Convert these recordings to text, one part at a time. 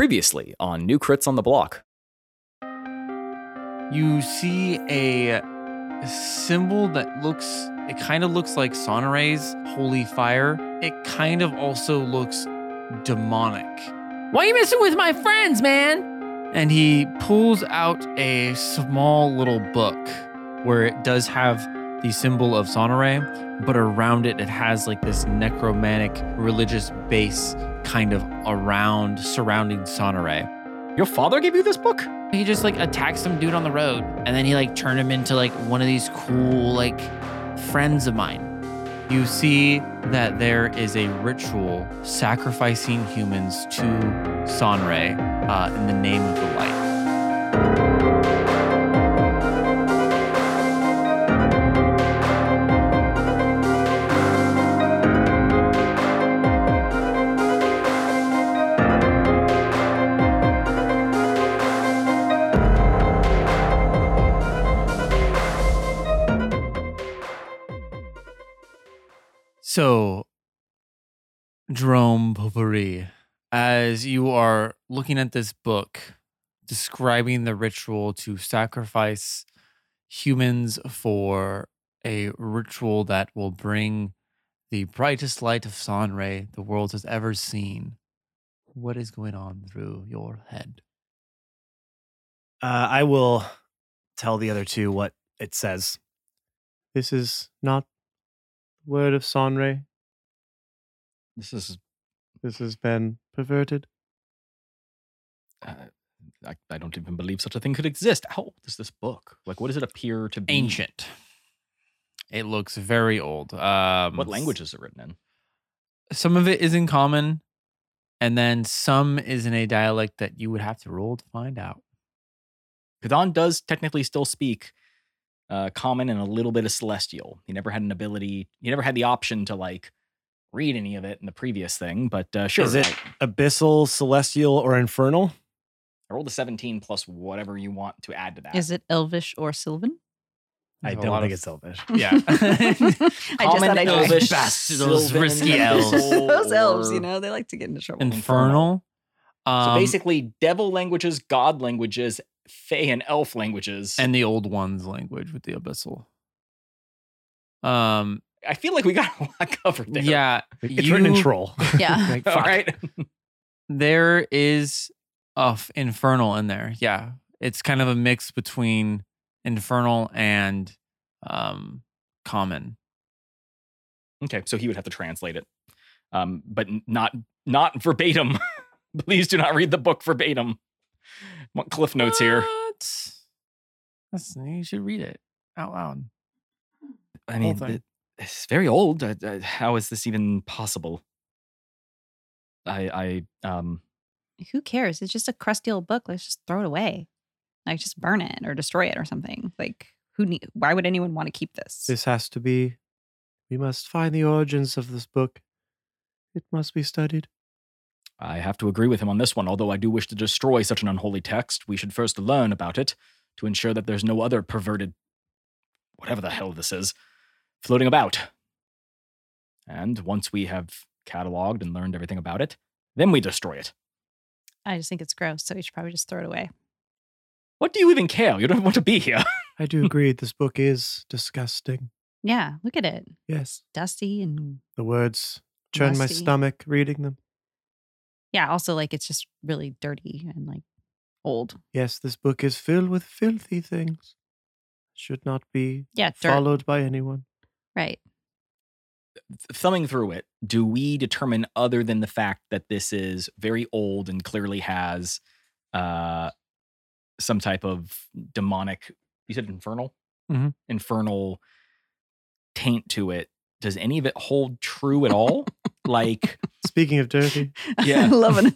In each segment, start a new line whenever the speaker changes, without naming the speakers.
Previously on New Crits on the Block.
You see a symbol that looks, it kind of looks like Sonare's holy fire. It kind of also looks demonic. Why are you messing with my friends, man? And he pulls out a small little book where it does have the symbol of Sonare, but around it, it has like this necromantic religious base kind of around, surrounding Sonare.
Your father gave you this book?
He just like attacks some dude on the road and then he like turned him into like one of these cool like friends of mine.
You see that there is a ritual sacrificing humans to Sanre uh, in the name of the light. So, Drome Potpourri, as you are looking at this book describing the ritual to sacrifice humans for a ritual that will bring the brightest light of Sanre the world has ever seen, what is going on through your head?
Uh, I will tell the other two what it says.
This is not the word of Sanre.
This is
This has been perverted.
uh, I, I don't even believe such a thing could exist. How old is this book? Like, what does it appear to be?
Ancient. It looks very old. Um,
What language is it written in?
some of it is in common, and then some is in a dialect that you would have to roll to find out.
Kadan does technically still speak uh, common and a little bit of celestial. He never had an ability. He never had the option to like read any of it in the previous thing. But uh, sure,
Is it
I,
abyssal, celestial, or infernal?
I rolled a seventeen plus whatever you want to add to that.
Is it Elvish or Sylvan?
I
There's a
don't
lot of-
think it's selfish.
Yeah.
I just thought I'd try.
Elvish,
Bastards, those
Sylvan,
risky elves.
Abyssal,
Those elves,
or-
you know, they like to get into trouble.
Infernal.
So
Um,
basically, devil languages, god languages, fey and elf languages,
and the old one's language with the abyssal. Um.
I feel like we got a lot covered there.
Yeah.
It's written in
you-
troll.
Yeah.
Like,
All
fuck.
right.
There is a f- infernal in there. Yeah. It's kind of a mix between infernal and um common.
Okay, so he would have to translate it, um, but n- not not verbatim. Please do not read the book verbatim. Want cliff notes here.
Ah, What? That's you should read it out loud.
I
whole
mean,
thing.
it- it's very old. I, I, how is this even possible? I I um
Who cares? It's just a crusty old book. Let's just throw it away. Like just burn it or destroy it or something. Like who need, why would anyone want to keep this?
This has to be. We must find the origins of this book. It must be studied.
I have to agree with him on this one. Although I do wish to destroy such an unholy text, we should first learn about it to ensure that there's no other perverted, whatever the hell this is, floating about. And once we have cataloged and learned everything about it, then we destroy it.
I just think it's gross, so we should probably just throw it away.
What do you even care? You don't want to be here.
I do agree. this book is disgusting.
Yeah, look at it.
Yes,
Dusty and
the words churn my
Musty.
stomach reading them.
yeah, also like it's just really dirty and like old.
Yes, this book is filled with filthy things. Should not be
Yeah, dirt.
followed by anyone.
Right.
Thumbing through it, do we determine, other than the fact that this is very old and clearly has uh, some type of demonic, you said infernal?
Mhm.
Infernal taint to it. Does any of it hold true at all? like,
Speaking of dirty,
Yeah.
I love an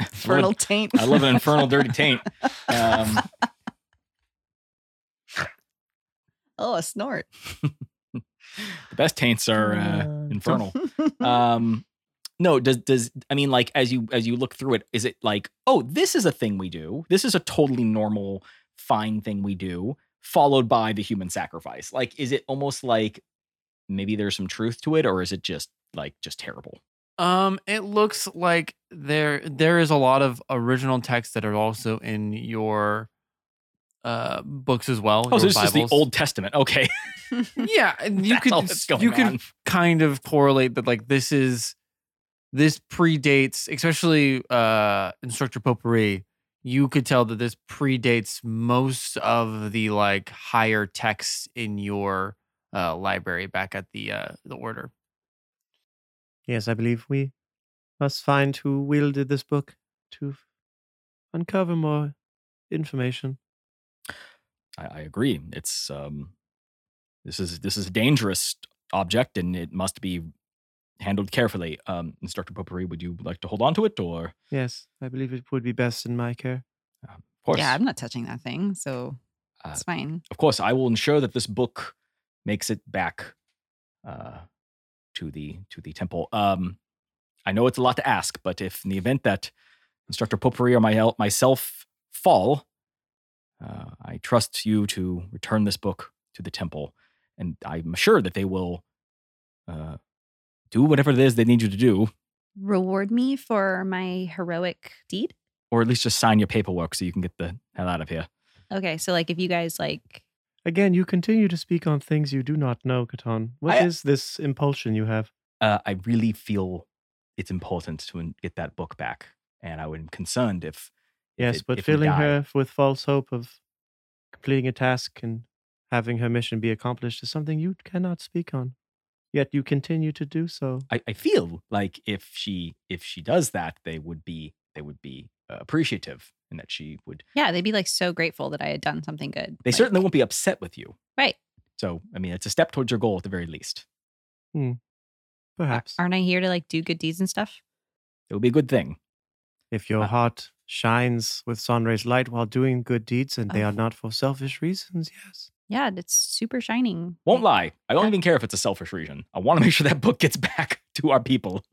infernal taint.
I love an infernal dirty taint. Um,
oh, a snort.
the best taints are uh,
Uh,
infernal.
Mm-hmm.
um no does does i mean like as you as you look through it is it like oh this is a thing we do this is a totally normal fine thing we do followed by the human sacrifice like is it almost like maybe there's some truth to it or is it just like just terrible
Um, it looks like there there is a lot of original texts that are also in your uh books as well.
Oh, so
your
this is just the
Bibles.
Old Testament. Okay.
Yeah, and you
That's
could
all that's going
you could
on.
kind of correlate that like this is this predates, especially uh instructor potpourri. You could tell that this predates most of the like higher texts in your uh library back at the uh the order.
Yes, I believe we must find who wielded this book to f- uncover more information.
I, I agree. It's um, this is this is a dangerous object, and it must be handled carefully. Um, Instructor Potpourri, would you like to hold on to it, or
Yes, I believe it would be best in my care.
um, of course,
Yeah, I'm not touching that thing, so
Uh,
it's fine.
of course, I will ensure that this book makes it back uh, to the to the temple. Um, I know it's a lot to ask, but if in the event that Instructor Potpourri or my, myself fall, uh, I trust you to return this book to the temple, and I'm sure that they will uh, do whatever it is they need you to do,
Reward me for my heroic deed.
or at least just sign your paperwork so you can get the hell out of here.
Okay, so like if you guys like
Again, you continue to speak on things you do not know, Catan. What is
I-
this impulsion you have?
uh, I really feel it's important to en- get that book back, and I am concerned if, if
Yes,
it-
but
if we
filling
die.
her with false hope of completing a task and having her mission be accomplished is something you cannot speak on. Yet you continue to do so.
I, I feel like if she if she does that, they would be they would be uh, appreciative, and that she would.
yeah, they'd be like so grateful that I had done something good.
They
Like,
certainly won't be upset with you.
Right.
So I mean, it's a step towards your goal at the very least.
Perhaps.
aren't I here to like do good deeds and stuff?
It would be a good thing.
If your
Uh,
heart shines with Sunray's light while doing good deeds and they
Oh.
are not for selfish reasons, yes.
Yeah, it's super shining.
Won't lie.
Like,
I don't
Uh,
even care if it's a selfish reason. I want to make sure that book gets back to our people.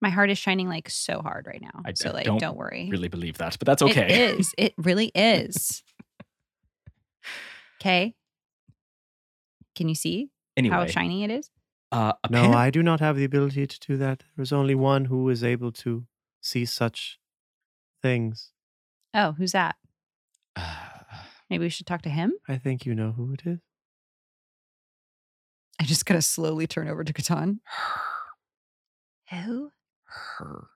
My heart is shining like so hard right now.
I-
so
I
like
don't
don't, worry.
really believe that, but that's okay.
It is. It really is. Okay. Can you see how
anyway,
shiny it is?
uh,
No,
apparent-
I do not have the ability to do that. There is only one who is able to see such things.
Oh, who's that?
Uh,
Maybe we should talk to him.
I think you know who it is.
I'm just gonna slowly turn over to Catan. Who?
her.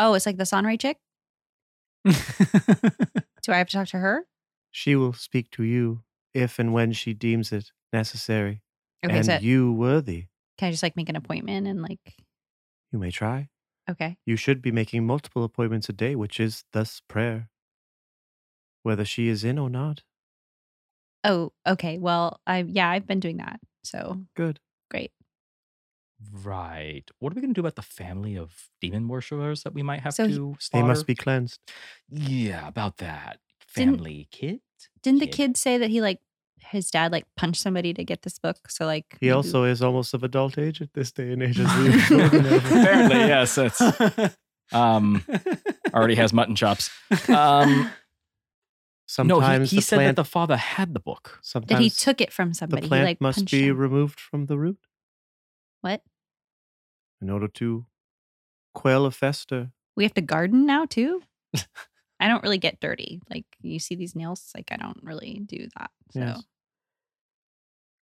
Oh, it's like the Sonray chick. Do I have to talk to her?
She will speak to you if and when she deems it necessary
Okay,
and
so
you worthy.
can I just like make an appointment and like?
You may try.
Okay.
You should be making multiple appointments a day, which is thus prayer, whether she is in or not.
Oh, okay. Well, I yeah, I've been doing that. So
Good.
great.
Right. What are we going to do about the family of demon worshippers that we might have
So y-
to
They
slaughter?
must be cleansed.
Yeah, about that.
Didn't-
Family kid?
Didn't the
Kid.
kid say that he like his dad like punched somebody to get this book? So like
He
maybe-
also is almost of adult age at this day and age. As we were talking about.
Apparently, yes. It's, um, already has mutton chops. Um, no,
Sometimes
he, he
the
said
plant,
that the father had the book.
sometimes
that he took it from
the
somebody.
plant
he like
must
punched
be
him.
removed from the root
what?
in order to quell a fester.
We have to garden now too. I don't really get dirty. Like you see these nails, like I don't really do that. So
Yes.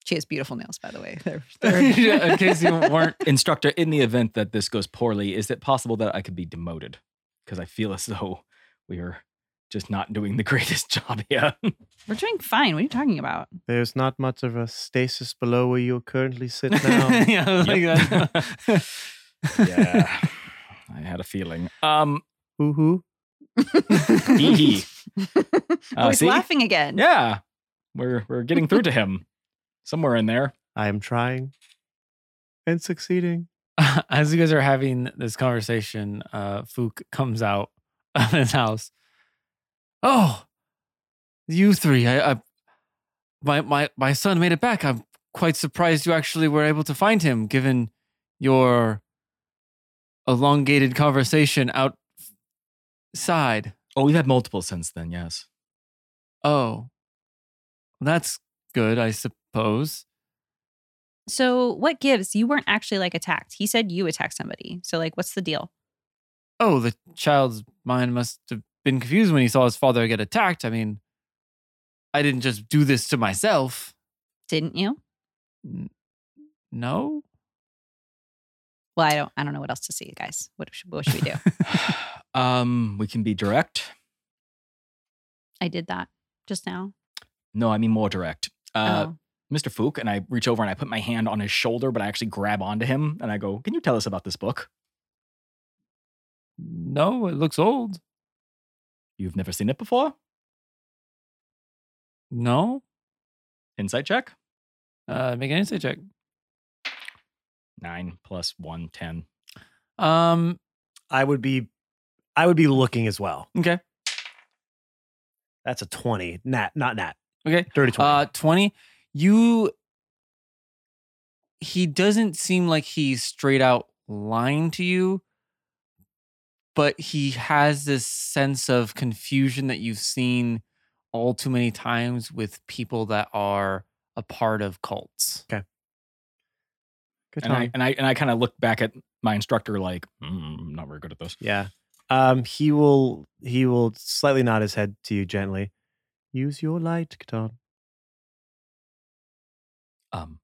she has beautiful nails, by the way. They're,
Yeah, in case you weren't
Instructor, in the event that this goes poorly, is it possible that I could be demoted? Because I feel as though we are just not doing the greatest job here.
We're doing fine. What are you talking about?
There's not much of a stasis below where you currently sit now.
yeah, like
Yep.
that.
yeah. I had a feeling. Um,
Hoo hoo.
hee hee.
oh,
Uh,
he's
see?
laughing again.
Yeah. We're we're getting through to him. Somewhere in there.
I am trying and succeeding.
As you guys are having this conversation, uh, Fook comes out of his house. Oh, you three! I, I, my my my son made it back. I'm quite surprised you actually were able to find him, given your elongated conversation outside.
Oh, we've had multiple since then, yes.
Oh, that's good, I suppose.
So what gives? You weren't actually like attacked. He said you attacked somebody. So like, what's the deal?
Oh, the child's mind must have been confused when he saw his father get attacked. I mean, I didn't just do this to myself.
Didn't you?
No.
Well, I don't. I don't know what else to see, guys. What should, what should we do?
um, we can be direct.
I did that just now.
No, I mean more direct. Uh,
oh.
Mr. Fook, and I reach over and I put my hand on his shoulder, but I actually grab onto him and I go, Can you tell us about this book?
No, it looks old.
You've never seen it before?
No.
Insight check?
Uh, make an insight check.
Nine plus one, ten.
Um,
I would be, I would be looking as well.
okay.
That's a twenty. Nat, not nat.
Okay.
Dirty twenty.
Uh, 20. You. He doesn't seem like he's straight out lying to you, but he has this sense of confusion that you've seen all too many times with people that are a part of cults.
Good
And I,
time.
and I, and I kind of look back at my instructor like, mm, I'm not very good at this.
yeah.
um,
He will he will slightly nod his head to you gently. Use your light, Catan.
Um,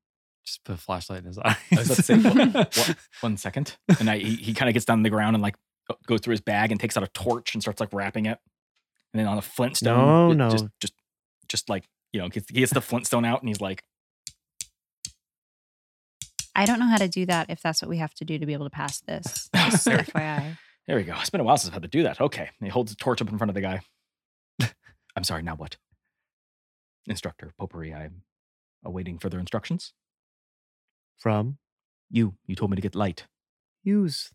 Just put a flashlight in his eyes.
I was about to say, what, what- one second. And I, he, he kind of gets down on the ground and like go- goes through his bag and takes out a torch and starts like wrapping it. And then on a
No,
flintstone, it
no.
just, just, just like, you know, gets, he gets the flintstone out and he's like,
I don't know how to do that. If that's what we have to do to be able to pass this, Just
There we go.
FYI.
There we go. It's been a while since I've had to do that. Okay. He holds the torch up in front of the guy. I'm sorry, now what? Instructor Potpourri, I'm awaiting further instructions.
From
You, you told me to get light.
use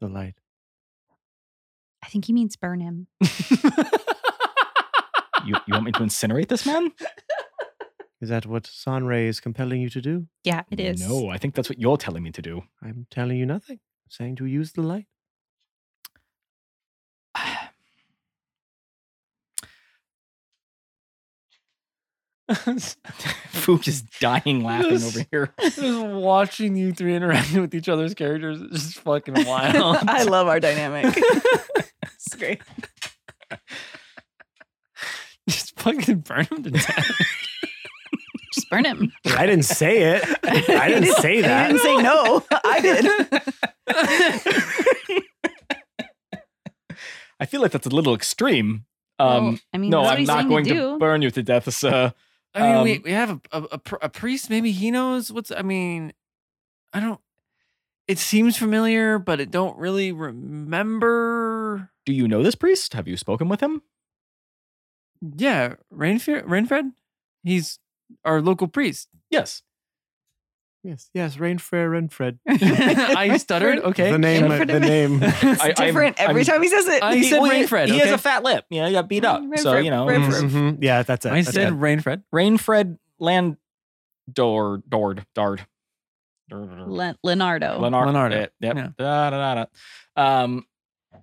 the light.
I think he means burn him.
You, you want me to incinerate this man?
Is that what Sanre is compelling you to do?
Yeah, it is.
No, I think that's what you're telling me to do.
I'm telling you nothing. I'm saying to use the light.
Fook is dying laughing
Yes.
over here.
Just watching you three interacting with each other's characters is just fucking wild.
love our dynamic. it's great.
just fucking burn him to death.
Just burn him.
I didn't say it. I didn't say that.
say no. I did.
I feel like that's a little extreme. Um,
Um, I mean,
no,
that's what
I'm
he's
not
saying
going to,
to do.
burn you to death, sir.
I mean, we,
Um,
we have a, a, a, pr- a priest. Maybe he knows what's. I mean, I don't. It seems familiar, but it don't really remember.
Do you know this priest? Have you spoken with him?
Yeah, Rainfe- Rainfred. He's our local priest.
Yes.
Yes, yes, Rainfrere and Fred.
I stuttered. Okay.
The name,
Rainfred
the
and-
name.
I- I'm- I'm-
he says it.
I said
Well, he-
Rainfred.
He has
okay?
a fat lip. You know, he got beat up.
Rainfred,
so, you know,
Rainfred.
Mm-hmm.
Mhm. Yeah, that's it.
I
That's
said
it.
Rainfred.
Rainfred Land Dord Dord Dard. Leonardo.
Len- Leonardo.
Leonardo.
Yep. yep.
Yeah.
Da, da, da, da. Um,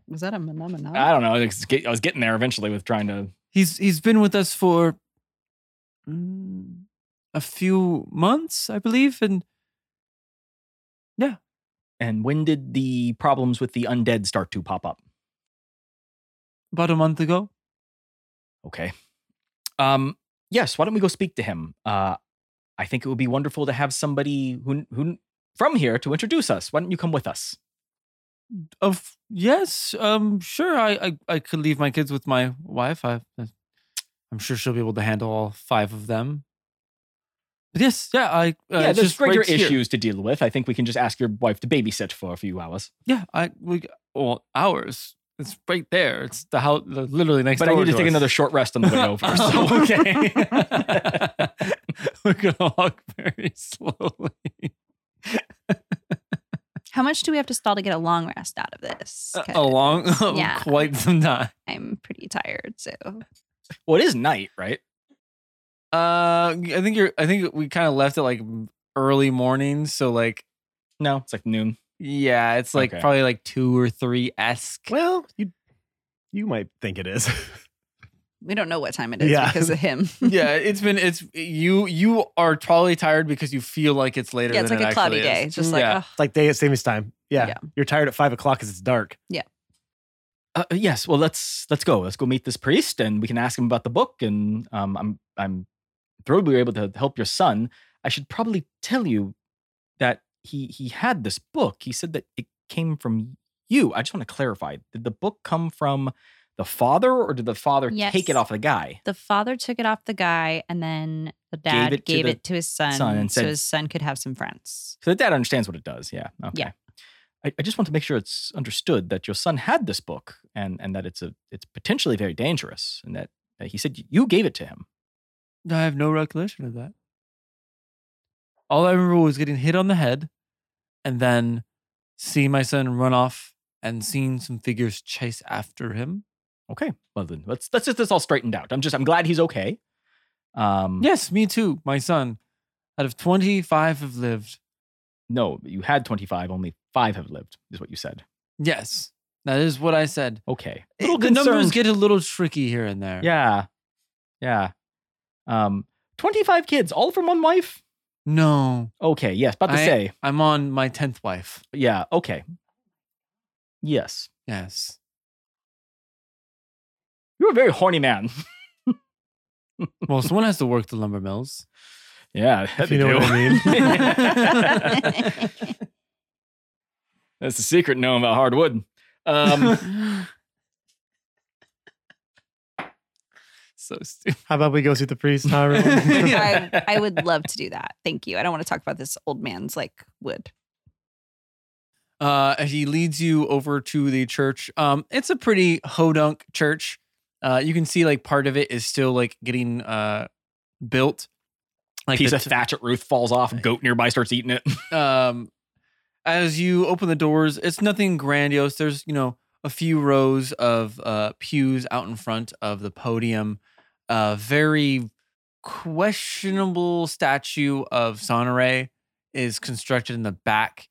was that a phenomenon?
I don't know. I was get- I was getting there eventually with trying to.
He's he's been with us for mm, a few months, I believe, and
And when did the problems with the undead start to pop up?
about a month ago.
Okay. Um, yes. Why don't we go speak to him? Uh, I think it would be wonderful to have somebody who who from here to introduce us. Why don't you come with us?
Of yes, um, sure. I, I I could leave my kids with my wife. I, I'm sure she'll be able to handle all five of them. But yes, yeah. I uh,
yeah, there's
it's just
greater
right here.
issues to deal with. I think we can just ask your wife to babysit for a few hours.
Yeah, I we well ours. It's right there. It's the house, literally next.
but I
door
need to take
us.
another short rest on the way over.
Oh,
So
okay. We're gonna walk very slowly.
How much do we have to stall to get a long rest out of this?
Uh,
'Cause
Along
Yeah.
quite some time.
I'm pretty tired, so
well, it is night, right?
Uh, I think you're. I think we kind of left it like m- early morning. So like,
No, it's like noon.
yeah, it's like
Okay.
probably like two or three esque.
well, you
You might think it is.
We don't know what time it is
Yeah.
because of him.
yeah, it's been it's you you are probably tired because you feel like it's later.
yeah, it's
than
like a
it
cloudy
actually is.
day. It's just like,
Yeah.
ugh.
It's like day at savings time. Yeah.
Yeah.
You're tired at five o'clock because it's dark.
Uh, yes. Well, let's let's go. Let's go meet this priest, and we can ask him about the book. And um, I'm I'm thrilled we were able to help your son. I should probably tell you that he he had this book. He said that it came from you. I just want to clarify: did the book come from the father, or did the father
Yes.
take it off the guy?
the father took it off the guy, and then the dad gave
it
it
to
to,
the
his son,
son and
so
said-
his son could have some friends.
So the dad understands what it does. Yeah. Okay.
Yeah.
I, I just want to make sure it's understood that your son had this book, and and that it's a it's potentially very dangerous, and that uh, he said you gave it to him.
I have no recollection of that. All I remember was getting hit on the head and then seeing my son run off and seeing some figures chase after him.
Okay. Well then let's let's get this all straightened out. I'm just I'm glad he's okay. Um
Yes, me too, my son. Out of 25 have lived.
no, you had 25, only 5 have lived is what you said.
Yes, that is what I said.
Okay.
It-
Little
Eh, the numbers
concerned.
get a little tricky here and there.
Yeah. Yeah. Um 25 kids all from one wife?
No,
Okay, yes, about to
I-
say.
I'm on my 10th wife.
Yeah, okay. Yes.
Yes.
You're a very horny man.
Well, someone has to work the lumber mills.
yeah,
you know what
I mean. That's the secret knowing about hardwood. Um
So stupid.
How about we go see the priest? Huh, everyone?
I, I would love to do that. Thank you. I don't want to talk about this old man's like wood.
Uh, and he leads you over to the church. Um, it's a pretty hodunk church. Uh, you can see like part of it is still like getting uh built. Like
piece
the
of thatch at roof falls off, goat nearby starts eating it.
t- um, as you open the doors, it's nothing grandiose. There's you know a few rows of uh pews out in front of the podium. A very questionable statue of Sonore is constructed in the back.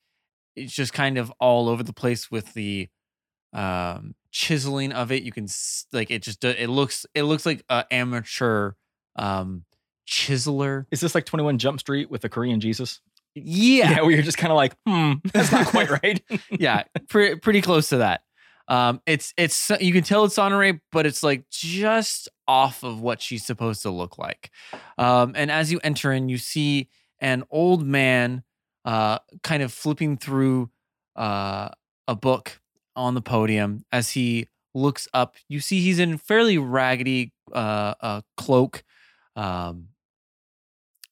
It's just kind of all over the place with the um chiseling of it you can s- like it just do- it looks it looks like a amateur um chiseler
Is this like 21 Jump Street with the Korean Jesus?
yeah
Yeah, where you're just kind of like, hmm, that's not quite right.
yeah pre- pretty close to that um it's it's you can tell it's honore but it's like just off of what she's supposed to look like um and as you enter in you see an old man uh kind of flipping through uh a book on the podium as he looks up you see he's in fairly raggedy uh, uh cloak um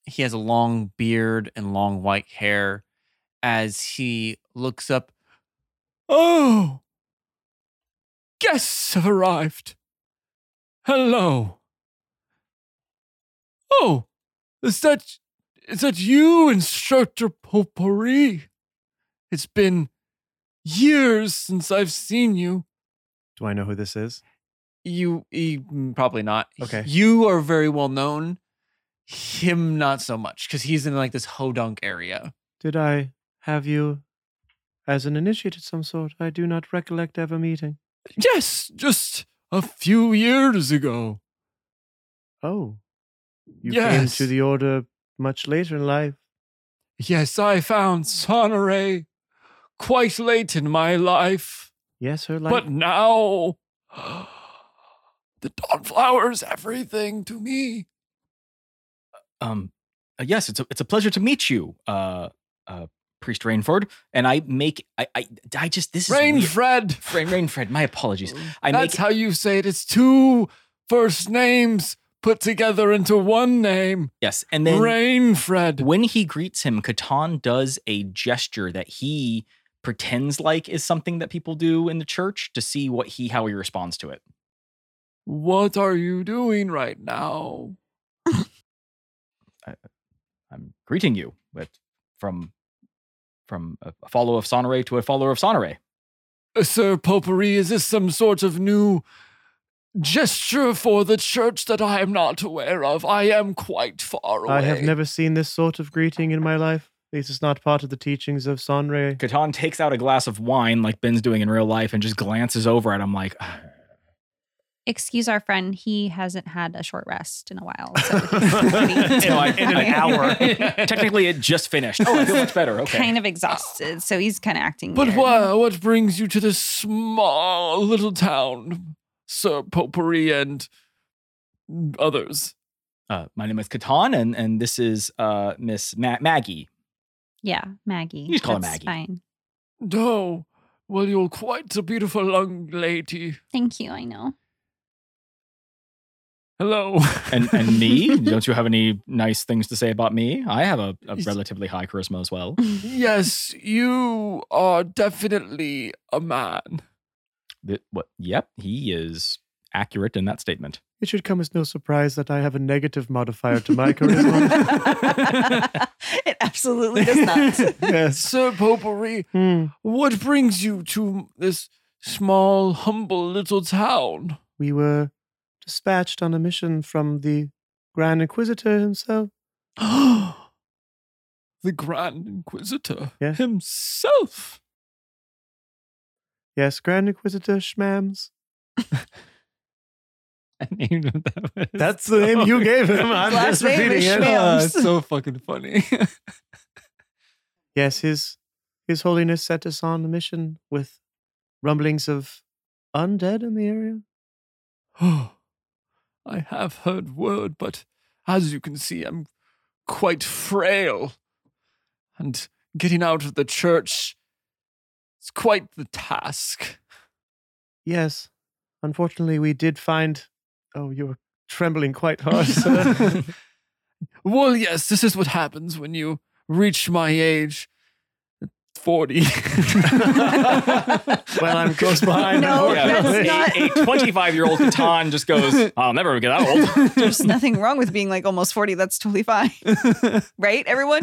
he has a long beard and long white hair as he looks up Oh, guests have arrived. Hello. Oh, is that is that you, Instructor Potpourri? It's been years since I've seen you.
Do I know who this is?
You, he, mm, probably not.
Okay.
You are very well known. Him, not so much, because he's in like this hodunk area.
Did I have you as an initiate of some sort? I do not recollect ever meeting.
Yes, just a few years ago.
Oh, you
Yes.
came to the order much later in life.
Yes, I found Sonore quite late in my life,
Yes, her life.
but now the Dawnflower is everything to me.
Um, uh, yes, it's a, it's a pleasure to meet you, uh, uh, Priest Rainford. And I make, I, I, I just, this
Rain
is.
Fred.
Rain, Rainfred, my apologies. I
That's
make,
how you say it. It's two first names put together into one name.
yes. And then
Rain Fred.
when he greets him, Catan does a gesture that he pretends like is something that people do in the church to see what he, how he responds to it.
What are you doing right now?
I'm greeting you with, from, from a a follower of Sonore to a follower of Sonore.
Uh, Sir Popery, is this some sort of new gesture for the church that I am not aware of? I am quite far away.
I have never seen this sort of greeting in my life. This is not part of the teachings of Sanre.
Catan "Ah, takes out a glass of wine like Ben's doing in real life and just glances over at him like,
excuse our friend, he hasn't had a short rest in a while. So he's
in, like, in an hour.
Technically, it just finished. Oh, I feel much better. Okay.
kind of exhausted. So he's kind of acting.
But
weird.
why, what brings you to this small little town, Sir Potpourri and others?
Uh, my name is Catan, and, and this is uh, Miss Ma- Maggie.
Yeah, Maggie.
You just call her Maggie.
That's Fine.
No. Well, you're quite a beautiful young lady.
Thank you. I know.
Hello.
And, and me? Don't you have any nice things to say about me? I have a, a
Yes.
relatively high charisma as well.
yes, you are definitely a man.
Th- what? Yep, he is accurate in that statement.
It should come as no surprise that I have a negative modifier to my charisma.
it absolutely does not.
yes.
Sir Potpourri,
Hmm.
what brings you to this small, humble little town?
We were dispatched on a mission from the Grand Inquisitor himself.
the Grand Inquisitor
Yes.
himself.
Yes, Grand Inquisitor Schmams.
I named him that. way.
That's the name you gave him. I'm
Last
just
name
repeating
is
it. Uh,
Schmidt.
Ah, it's so fucking funny.
Yes, his His Holiness sent us on a mission with rumblings of undead in the area.
Oh, I have heard word, but as you can see, I'm quite frail. And getting out of the church is quite the task.
Yes, unfortunately, we did find. Oh, you're trembling quite hard, sir.
Well, yes, this is what happens when you reach my age 40.
well, I'm close behind.
No,
unfortunately.
that's not-
a, a 25 year old Catan just goes, I'll never get that old.
There's nothing wrong with being like almost 40. That's totally fine. right, everyone?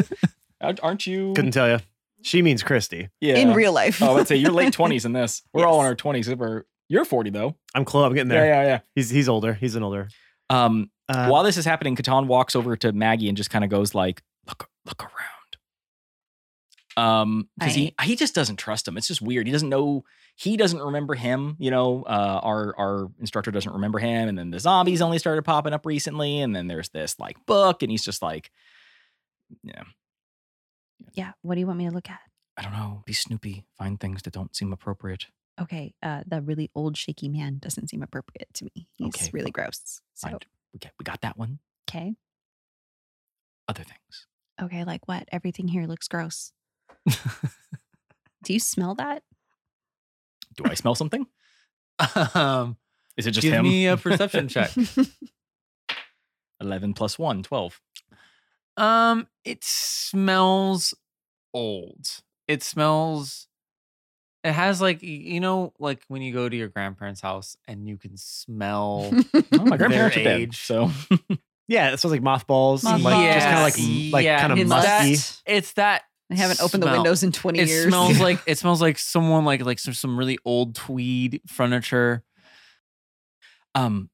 Aren't- Aren't you?
Couldn't tell you.
She means Christy.
yeah.
In real life.
oh, let's say you're late 20s in this. We're all in
Yes.
our 20s. We're- You're 40, though.
I'm close. I'm getting there.
Yeah, yeah,
He's he's older. He's an older.
yeah. Um,
Uh,
While this is happening, Catan walks over to Maggie and just kind of goes like, "Look, look around," um, because he he just doesn't trust him. It's just weird. He doesn't know. He doesn't remember him. You know, uh, our our instructor doesn't remember him. And then the zombies only started popping up recently. And then there's this like book, and he's just like,
Yeah. What do you want me to look at?
I don't know. Be Snoopy. Find things that don't seem appropriate.
Okay. Uh, the really old, shaky man doesn't seem appropriate to me. He's
Okay.
really gross. So,
Fine. We get we got that one.
okay.
Other things.
Okay. Like what? Everything here looks gross. do you smell that?
Do I smell something?
um,
Is it just
give
him?
me a perception check.
Eleven plus one, 12.
Um, it smells old. It smells. It has like y- you know, like when you go to your grandparents' house and you can smell.
Oh, my grandparents are
Their
dead.
age.
So
Yeah, it smells like mothballs. and, Like
Mothballs.
just kind of like
Yes.
m- like
Yeah,
kind of
it's
musty.
that-
it's that
I haven't opened the
Smell.
windows in 20
it
years.
smells like it smells like someone like like some, some really old tweed furniture.
um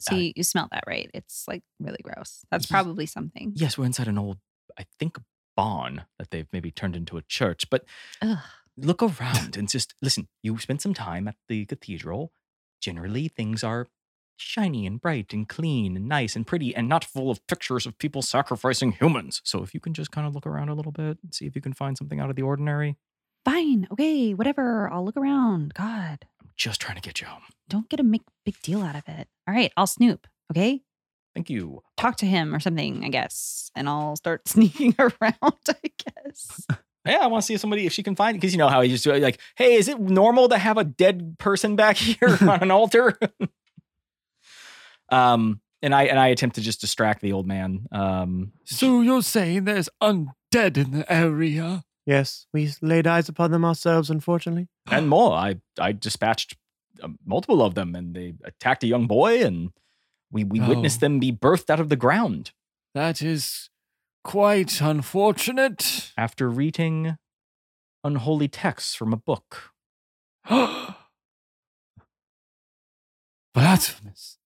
So you, you smell that, right? It's like really gross. That's
Ye-
probably something.
yes, we're inside an old, I think, barn that they've maybe turned into a church. But
Ugh.
look around and just listen. You spent some time at the cathedral. Generally, things are shiny and bright and clean and nice and pretty and not full of pictures of people sacrificing humans. So if you can just kind of look around a little bit and see if you can find something out of the ordinary,
Fine. Okay. Whatever. I'll look around. God,
I'm just trying to get you home.
don't get a make, big deal out of it. All right. I'll snoop. Okay.
Thank you.
Talk to him or something, I guess. And I'll start sneaking around, I guess.
Yeah, I want to see if somebody if she can find because you know how you just do it, uh, like, hey, is it normal to have a dead person back here on an altar? um, and I and I attempt to just distract the old man. Um,
So you're saying there's undead in the area?
yes, we laid eyes upon them ourselves, unfortunately.
and more. I I dispatched uh, multiple of them, and they attacked a young boy, and we we witnessed
Oh.
them be birthed out of the ground
That is quite unfortunate.
after reading unholy texts from a book.
Blasphemous.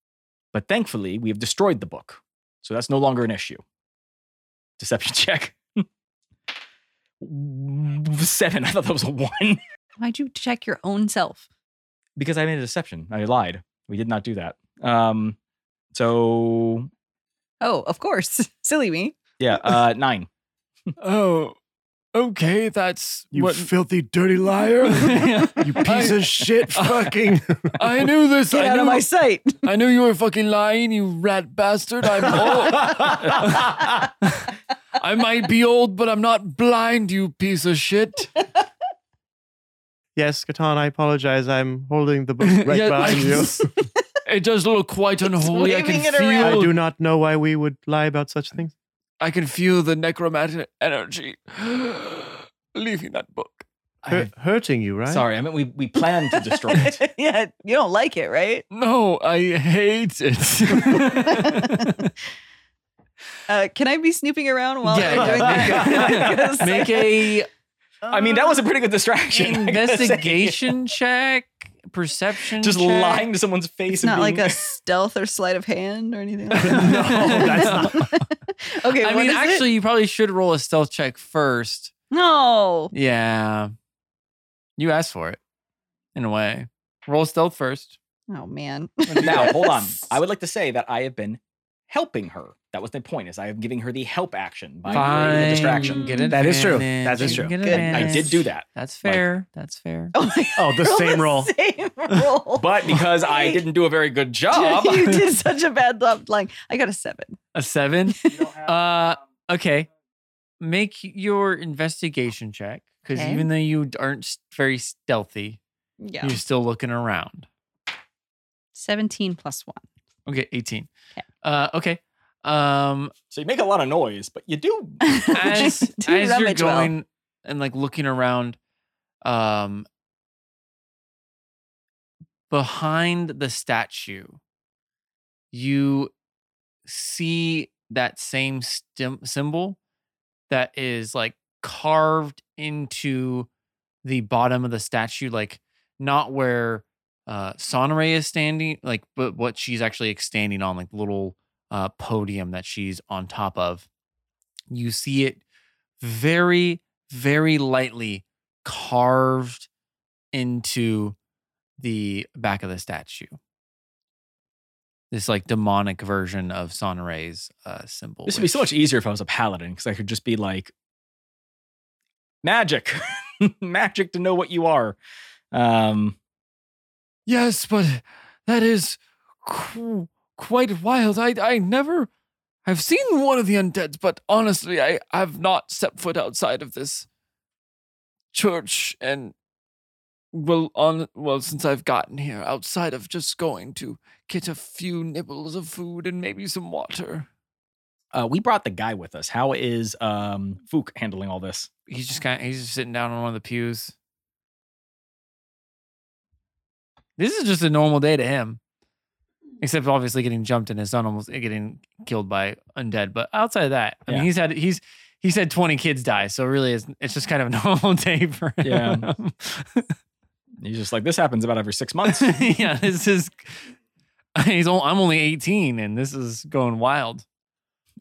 But thankfully, we have destroyed the book. So that's no longer an issue. Deception check. Seven. I thought that was a one.
Why'd you check your own self?
Because I made a deception. I lied. We did not do that. Um, so
Oh, of course. Silly me.
yeah, uh, nine.
Oh, okay. That's
You
what.
filthy, dirty liar. you piece
I-
of shit fucking.
I knew this.
Get
I
out
knew,
of my sight.
I knew you were fucking lying, you rat bastard. I'm old. I might be old, but I'm not blind, you piece of shit.
Yes, Catan, I apologize. I'm holding the book right
Yeah, I
behind you.
It does look quite unholy. I can
waving it
feel.
around.
I do not know why we would lie about such things.
I can feel the necromantic energy leaving that book.
Hur- hurting you, right?
Sorry, I meant we we planned to destroy it.
yeah, you don't like it, right?
No, I hate it.
Uh, can I be snooping around while
Yeah,
I'm doing
yeah.
that? 'Cause-
Make a
I mean, that was a pretty good distraction. I gotta say.
Investigation check, perception
Just
check.
lying to someone's face.
"Oh, It's
and
not like
being-
a stealth or sleight of hand or anything. Like that.
No, that's
not. okay,
I
what
mean,
is it?
actually, you probably should roll a stealth check first.
no.
Yeah. You asked for it, in a way. Roll stealth first.
Oh man.
now hold on i would like to say that i have been helping her that was the point is i am giving her the help action by creating the distraction
Get an
That is true.
advantage.
That is
You
true.
can get
Good.
an
i did do
advantage.
that
That's fair. That's fair.
Oh, my
Oh, the
God,
same roll.
Same roll.
but because i didn't do a very good job
you did such a bad job lying. I got a seven.
A seven? uh, okay. Make your investigation check because
Okay.
even though you aren't s- very stealthy,
Yeah.
you're still looking around.
Seventeen plus one.
Okay, 18.
Okay.
Uh, okay. Um,
so you make a lot of noise but you do
as,
Do
as you're
rummage well.
going and like looking around um behind the statue you see that same stem- symbol that is like carved into the bottom of the statue like not where uh Sonore is standing like but what she's actually standing on like the little uh podium that she's on top of you see it very, very lightly carved into the back of the statue. This like demonic version of Sonore's uh, symbol.
this would be so
which-
much easier if i was a paladin because i could just be like magic magic to know what you are um
Yes, but that is qu- quite wild. I I never have seen one of the undeads, but honestly, I have not set foot outside of this church and well on well since I've gotten here outside of just going to get a few nibbles of food and maybe some water.
uh, we brought the guy with us how is um fook handling all this
He's just kind of, he's just sitting down on one of the pews. This is just a normal day to him, except obviously getting jumped and his son almost eh, getting killed by undead. But outside of that, I
Yeah.
mean, he's had he's he's had twenty kids die, so really, it's it's just kind of a normal day for him.
Yeah. he's just like this happens about every six months
yeah, this is. He's on, I'm only 18 and this is going wild.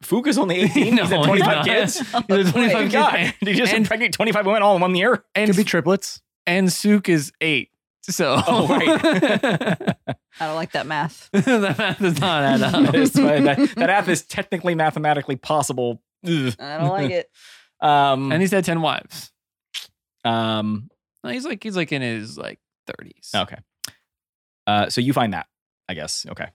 fook is only 18 he's
No,
had
he's
25
not.
kids
Oh,
He's had 25
Thank
kids.
God. Did you just
and-
impregnate 25 women all in one year?
And,
Could be
and,
triplets.
and Suk is eight. So
Oh, right.
I don't like that math.
that uh, math does not add up.
That is- that, that app is technically mathematically possible. Ugh.
I don't like it.
Um,
and he's had ten wives.
um,
No, he's like he's like in his like thirties.
okay. Uh, so you find that, I guess. Okay.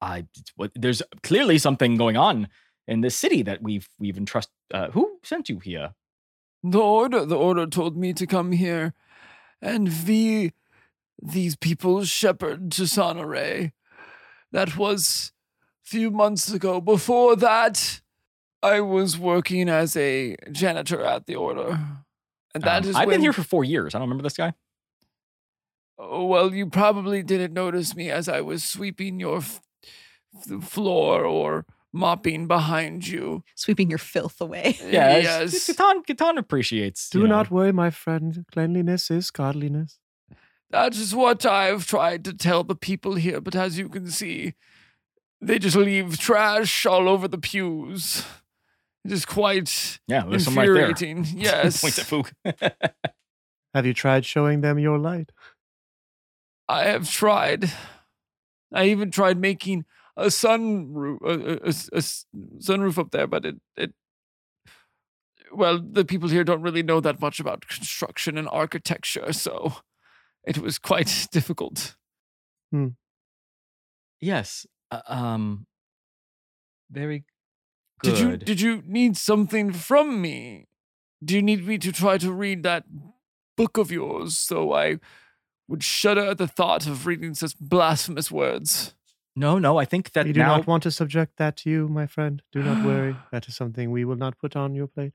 I what, there's clearly something going on in this city that we've we've entrust. Uh, who sent you here?
The order the order told me to come here and we these people shepherd to Sonore. That was a few months ago. Before that, I was working as a janitor at the order. And that
Um,
is
I've
when- Uh,
been here for four years. I don't remember this guy.
Oh, well, you probably didn't notice me as I was sweeping your f- f- floor or mopping behind you.
Sweeping your filth away.
Yeah.
yes.
Catan Catan appreciates.
Do
you know,
not worry, my friend. Cleanliness is godliness.
That is what I've tried to tell the people here, but as you can see, they just leave trash all over the pews. It is quite
Yeah. There's some right there.
infuriating. Yes.
Points at Fook.
Have you tried showing them your light?
I have tried. I even tried making a sunroof, a, a- a s- a s- sunroof up there, but it, it, well, the people here don't really know that much about construction and architecture, so it was quite difficult.
Yes. uh, um. Very good.
Did you did you need something from me? Do you need me to try to read that book of yours? So I would shudder at the thought of reading such blasphemous words.
no, no. I think that
we do
now.
not want to subject that to you, my friend. Do not worry. That is something we will not put on your plate.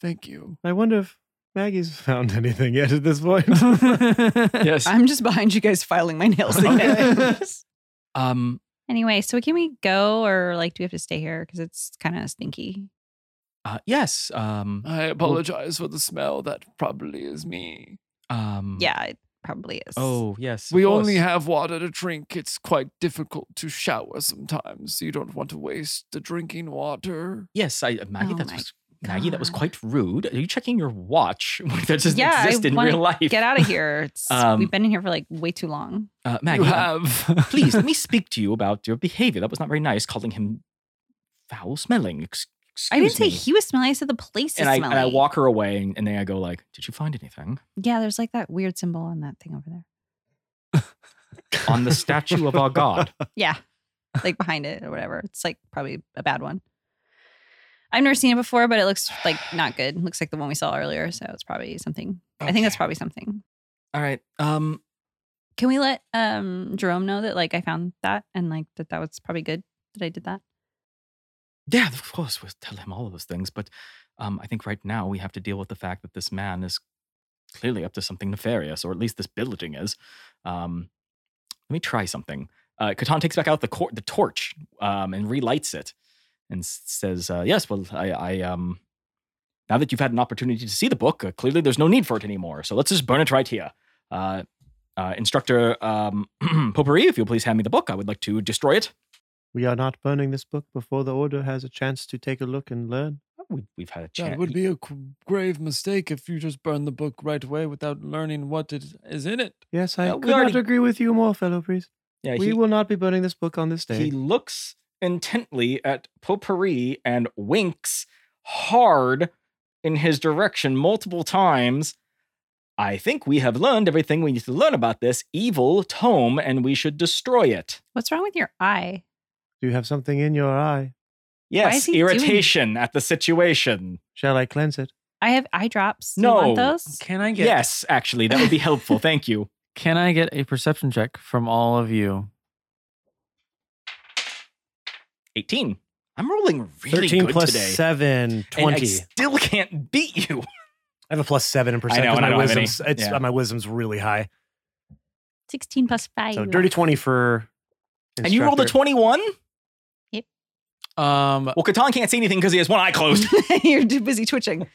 Thank you.
I wonder if Maggie's found anything yet at this point.
yes.
I'm just behind you guys filing my nails again.
Um.
anyway, so can we go or like do we have to stay here because it's kind of stinky?
uh, yes. Um.
I apologize for the smell. That probably is me.
Um.
Yeah, it probably is.
Oh yes. of
We only
course.
have water to drink. It's quite difficult to shower sometimes. You don't want to waste the drinking water.
Yes, I, uh, Maggie.
Oh
that
my
was Maggie. That was
God.
quite rude. Are you checking your watch? that doesn't
Yeah, I
exist in
wanna
real life.
Get out of here. It's,
Um,
we've been in here for like way too long.
uh,
you
Maggie. um,
have.
please let me speak to you about your behavior. That was not very nice, calling him foul smelling. Ex- Excuse
I didn't say
me.
he was smelly. I said the place
and
is
I
smelly.
and I walk her away, and, and then I go like, "Did you find anything
Yeah, there's like that weird symbol on that thing over there.
on the statue of our god?"
Yeah. Like behind it or whatever. It's like probably a bad one. I've never seen it before, but it looks like not good. It looks like the one we saw earlier. So it's probably something. I think that's probably something.
All right. Um.
Can we let um Jerome know that like I found that and like that that was probably good that I did that?
Yeah, of course, we'll tell him all of those things. But um, I think right now we have to deal with the fact that this man is clearly up to something nefarious, or at least this building is. Um, let me try something. Uh, Catan takes back out the cor- the torch um, and relights it, and s- says, uh, "Yes, well, I, I um, now that you've had an opportunity to see the book, uh, clearly there's no need for it anymore. So let's just burn it right here." Uh, uh, instructor um, Potpourri, if you'll please hand me the book, I would like to destroy it.
we are not burning this book before the order has a chance to take a look and learn.
Oh, We, we've had a chance.
That would be a qu- grave mistake if you just burn the book right away without learning what it is in it.
Yes, I
Uh, we
could
already-
not agree with you more, fellow priest.
Yeah,
we
he-
will not be burning this book on this day.
He looks intently at potpourri and winks hard in his direction multiple times. I think we have learned everything we need to learn about this evil tome and we should destroy it.
What's wrong with your eye?
Do you have something in your eye?
is
Yes,
he doing-
irritation at the situation.
Shall I cleanse it?
I have eye drops. Do you want
No.
those?
Can I
Yes, actually, that would be helpful. Thank you.
Can I get a perception check from all of you?
18. I'm rolling really good
plus
today.
7,
and
20.
I still can't beat you.
I have a plus 7 in
I
percent.
know,
'cause
and I
my
don't have any.
wisdom's, It's,
Yeah.
My wisdom's really high.
16 plus 5.
So dirty 20 for.
And you rolled a
instructor.
21?
Um,
Well, Catan can't see anything because he has one eye closed.
You're too busy twitching.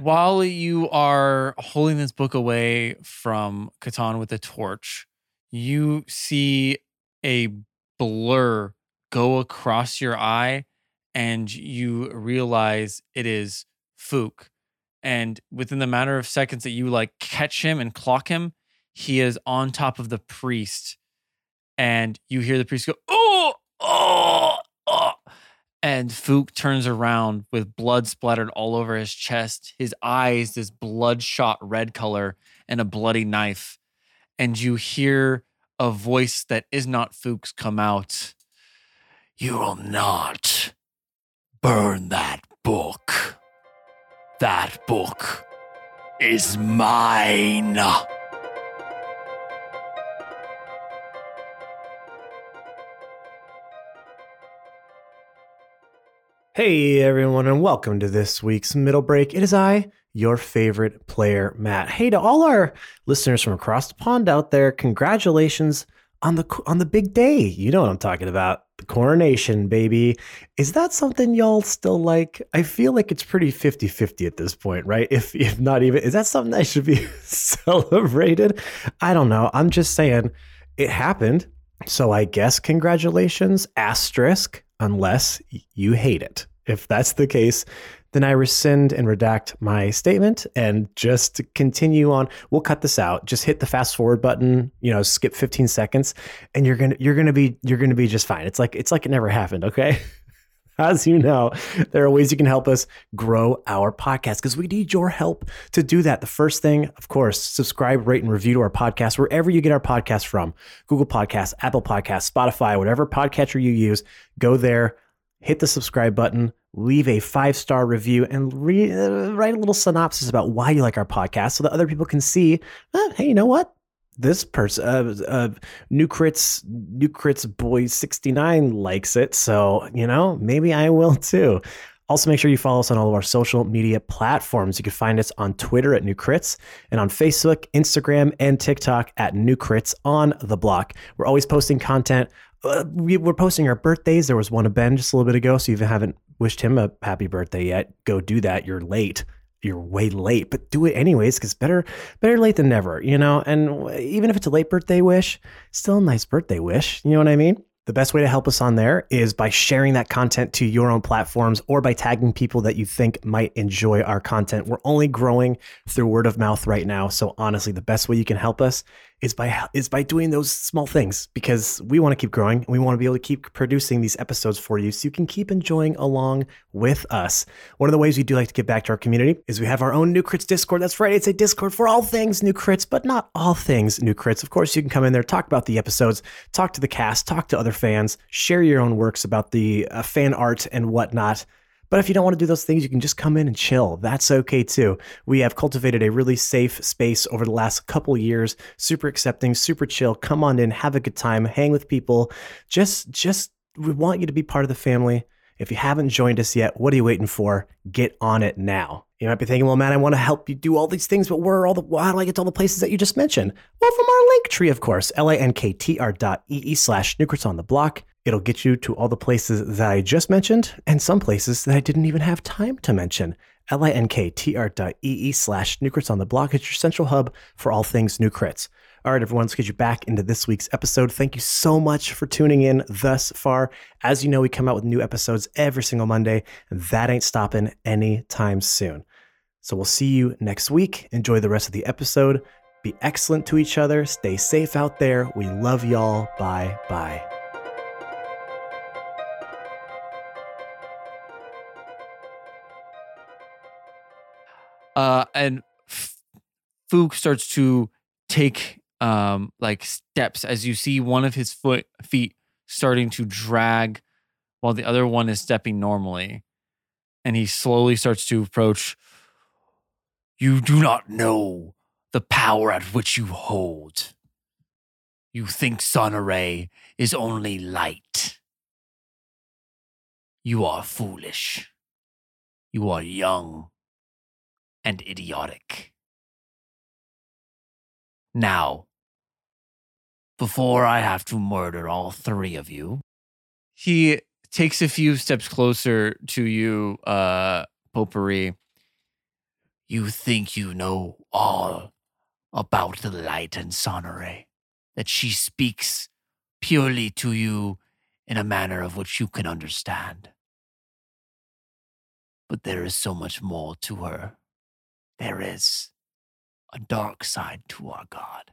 while you are holding this book away from Catan with a torch, you see a blur go across your eye and you realize it is Fook. And within the matter of seconds that you like catch him and clock him, he is on top of the priest. And you hear the priest go, oh, oh, oh. And Fook turns around with blood splattered all over his chest, his eyes this bloodshot red color, and a bloody knife. And you hear a voice that is not Fook's come out. You will not burn that book. That book is mine.
Hey everyone, and welcome to this week's middle break. It is I, your favorite player, Matt. Hey to all our listeners from across the pond out there. Congratulations on the on the big day. You know what I'm talking about, the coronation, baby. Is that something y'all still like? I feel like it's pretty 50-50 at this point, right? If if not even, is that something that should be celebrated? I don't know. I'm just saying it happened. So I guess congratulations, asterisk, unless y- you hate it. If that's the case, then I rescind and redact my statement and just continue on. We'll cut this out. Just hit the fast forward button, you know, skip 15 seconds and you're going to you're going to be you're going to be just fine. It's like it's like it never happened, okay? As you know, there are ways you can help us grow our podcast because we need your help to do that. The first thing, of course, subscribe, rate, and review to our podcast wherever you get our podcast from Google Podcasts, Apple Podcasts, Spotify, whatever podcatcher you use. Go there, hit the subscribe button, leave a five star review, and re- uh, write a little synopsis about why you like our podcast so that other people can see eh, hey, you know what? This person, uh, uh, Nukritz, Nukritz Boy 69 likes it. So, you know, maybe I will too. Also, make sure you follow us on all of our social media platforms. You can find us on Twitter at Nukrits and on Facebook, Instagram, and TikTok at Nukrits on the block. We're always posting content. Uh, we, we're posting our birthdays. There was one of Ben just a little bit ago. So, if you haven't wished him a happy birthday yet, go do that. You're late. You're way late, but do it anyways because better, better late than never, you know. And w- even if it's a late birthday wish, still a nice birthday wish. You know what I mean? The best way to help us on there is by sharing that content to your own platforms or by tagging people that you think might enjoy our content. We're only growing through word of mouth right now. So honestly, the best way you can help us is by is by doing those small things because we want to keep growing and we want to be able to keep producing these episodes for you so you can keep enjoying along with us. One of the ways we do like to give back to our community is we have our own New Crits Discord. That's right, it's a Discord for all things New Crits, but not all things New Crits. Of course, you can come in there, talk about the episodes, talk to the cast, talk to other fans, share your own works about the uh, fan art and whatnot. But if you don't want to do those things, you can just come in and chill. That's okay too. We have cultivated a really safe space over the last couple years. Super accepting, super chill. Come on in, have a good time, hang with people. Just, just we want you to be part of the family. If you haven't joined us yet, what are you waiting for? Get on it now. You might be thinking, well, man, I want to help you do all these things, but where are all the, well, how do I get to all the places that you just mentioned? Well, from our link tree, of course, linktr dot ee slash Nukerts on the block. It'll get you to all the places that I just mentioned and some places that I didn't even have time to mention. linktr dot ee slash Nukerts on the block is your central hub for all things Nukrits. All right, everyone, let's get you back into this week's episode. Thank you so much for tuning in thus far. As you know, we come out with new episodes every single Monday, and that ain't stopping anytime soon. So we'll see you next week. Enjoy the rest of the episode. Be excellent to each other. Stay safe out there. We love y'all. Bye bye.
uh, and F- Fook starts to take um, like steps as you see one of his foot feet starting to drag while the other one is stepping normally, and he slowly starts to approach. You do not know the power at which you hold. You think Sonoray is only light. You are foolish. You are young and idiotic. Now, before I have to murder all three of you, he takes a few steps closer to you, uh, Potpourri. You think you know all about the light and sonore, that she speaks purely to you in a manner of which you can understand. But there is so much more to her there is a dark side to our God.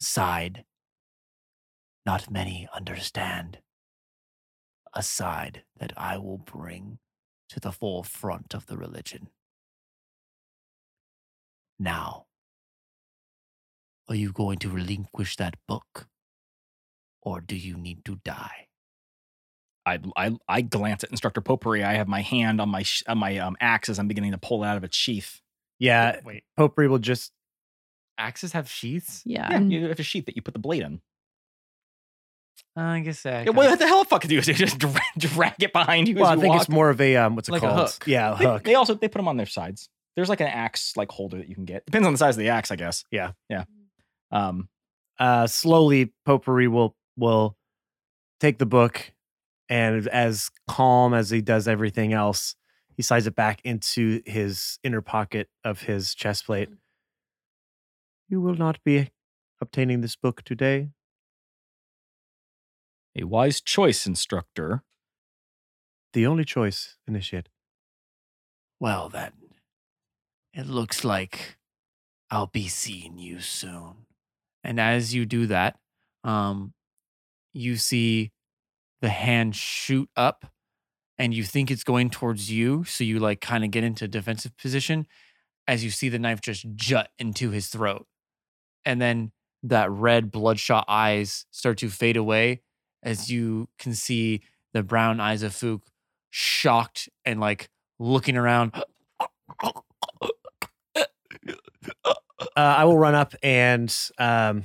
A side not many understand. A side that I will bring to the forefront of the religion. Now, are you going to relinquish that book? Or do you need to die?
I, I, I glance at Instructor Potpourri. I have my hand on my sh- on my um, axe as I'm beginning to pull it out of its sheath.
Yeah,
Wait,
Potpourri will just
axes have sheaths?
Yeah.
Yeah, you have a sheath that you put the blade in.
I guess so.
Yeah, what the hell? The fuck do you do? Just drag, drag it behind you.
Well,
as
I
you
think
walk?
it's more of a um, what's it
Like a
called?
hook.
Yeah, a
They-
hook.
They, also they put them on their sides. There's like an axe like holder that you can get. Depends on the size of the axe, I guess.
Yeah.
yeah. Um,
uh, slowly potpourri will will take the book and as calm as he does everything else he slides it back into his inner pocket of his chest plate you will not be obtaining this book today
a wise choice, instructor.
the only choice initiate Well, then, it looks like I'll be seeing you soon.
And as you do that, um, you see the hand shoot up and you think it's going towards you. So you like kind of get into defensive position as you see the knife just jut into his throat. And then that red bloodshot eyes start to fade away as you can see the brown eyes of Fook shocked and like looking around.
Uh, I will run up and um,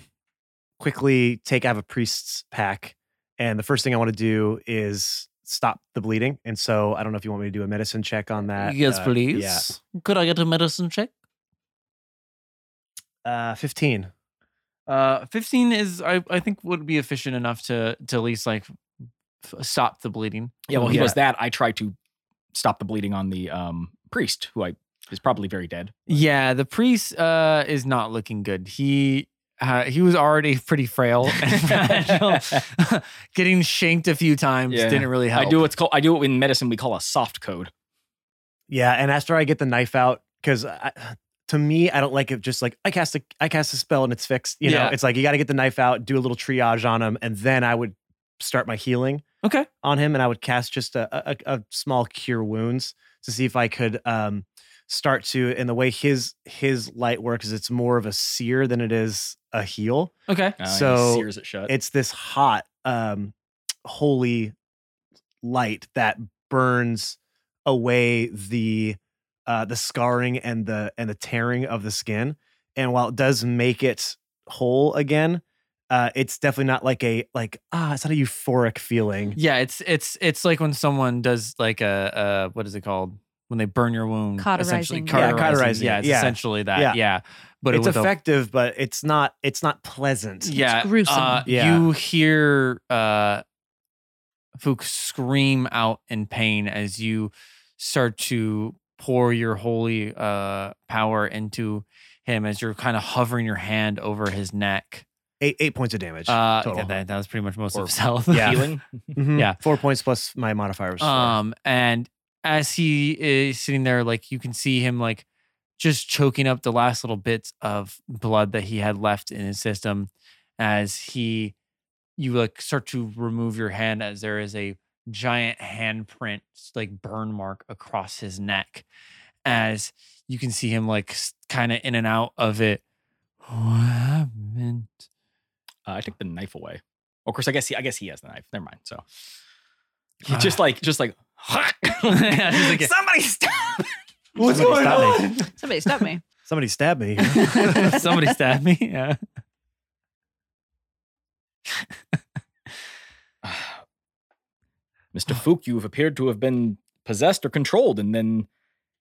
quickly take. I have a priest's pack, and the first thing I want to do is stop the bleeding. And so I don't know if you want me to do a medicine check on that.
yes,
Uh,
please.
Yeah,
Could I get a medicine check?
uh, fifteen.
Uh, 15 is I, I think would be efficient enough to to at least like f- stop the bleeding.
Yeah, well, he
Yeah.
does that. I try to stop the bleeding on the um, priest, who I is probably very dead.
Yeah, the priest uh is not looking good. He uh, he was already pretty frail and fragile. Getting shanked a few times
Yeah.
didn't really help.
I do what's called. I do what in medicine we call a soft code.
Yeah, and after I get the knife out, because to me, I don't like it. Just like I cast a I cast a spell and it's fixed. You
Yeah.
know, it's like you got to get the knife out, do a little triage on him, and then I would start my healing.
Okay.
on him, and I would cast just a a, a small cure wounds to see if I could um start to. And the way his his light works is it's more of a sear than it is a heal.
Okay.
Uh, he
So,
sears it shut.
It's this hot um holy light that burns away the uh the scarring and the and the tearing of the skin and while it does make it whole again uh it's definitely not like a like ah it's not a euphoric feeling
Yeah, it's it's it's like when someone does like a uh what is it called? When they burn your wound. Essentially.
Cauterizing.
Yeah, cauterizing
Yeah,
it.
it's
Yeah.
essentially that. Yeah.
Yeah.
But
it's
with a-
effective but it's not it's not pleasant
yeah,
gruesome.
uh,
Yeah.
You hear uh, Fook scream out in pain as you start to pour your holy uh, power into him as you're kind of hovering your hand over his neck.
eight, eight points of damage
Uh,
total.
yeah, that, that was pretty much most
Or
of his health.
Yeah.
Healing.
Mhm.
yeah.
four points plus my modifier was four.
Um, and as he is sitting there, like you can see him like just choking up the last little bits of blood that he had left in his system as he you like start to remove your hand as there is a giant handprint like burn mark across his neck as you can see him like kind of in and out of it what happened
Uh, I took the knife away. Of course, I guess he. I guess he has the knife. Never mind. So he just like just like.
Yeah, just like-
Somebody stop!
What's going on?
Somebody stop me.
Somebody stabbed me.
Somebody stabbed me. Yeah.
Mr. Fook, you have appeared to have been possessed or controlled, and then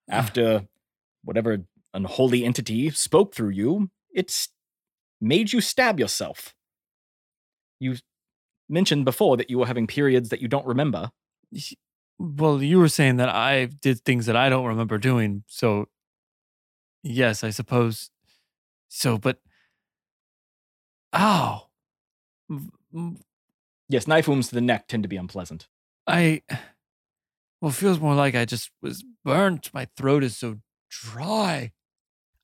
after whatever unholy entity spoke through you, it's made you stab yourself. You mentioned before that you were having periods that you don't remember.
Well, you were saying that I did things that I don't remember doing. So, yes, I suppose so. But, ow. M- m-
Yes, knife wounds to the neck tend to be unpleasant.
I, well, it feels more like I just was burnt. My throat is so dry.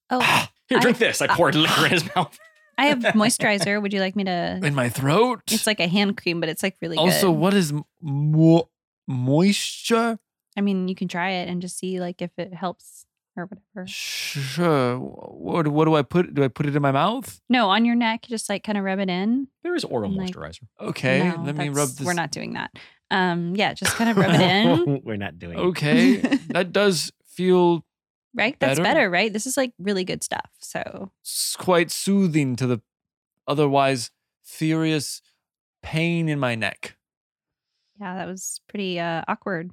Oh,
Here,
I-
drink this. I poured liquor in his mouth.
I have moisturizer. Would you like me to?
In my throat?
It's like a hand cream, but it's like really
also,
good.
what is m- mo- moisture?
I mean, you can try it and just see like if it helps or whatever.
Sure. What, what do I put? Do I put it in my mouth?
No, on your neck, just like kind of rub it in.
There is oral
Like-
moisturizer.
Okay.
No,
let me rub
that's-
this.
We're not doing that. Um, yeah, just kind of rub it in.
We're not doing it.
Okay. that does feel
Right? That's
Better?
better, right? This is like really good stuff. So
s- quite soothing to the otherwise furious pain in my neck.
yeah, that was pretty uh, awkward.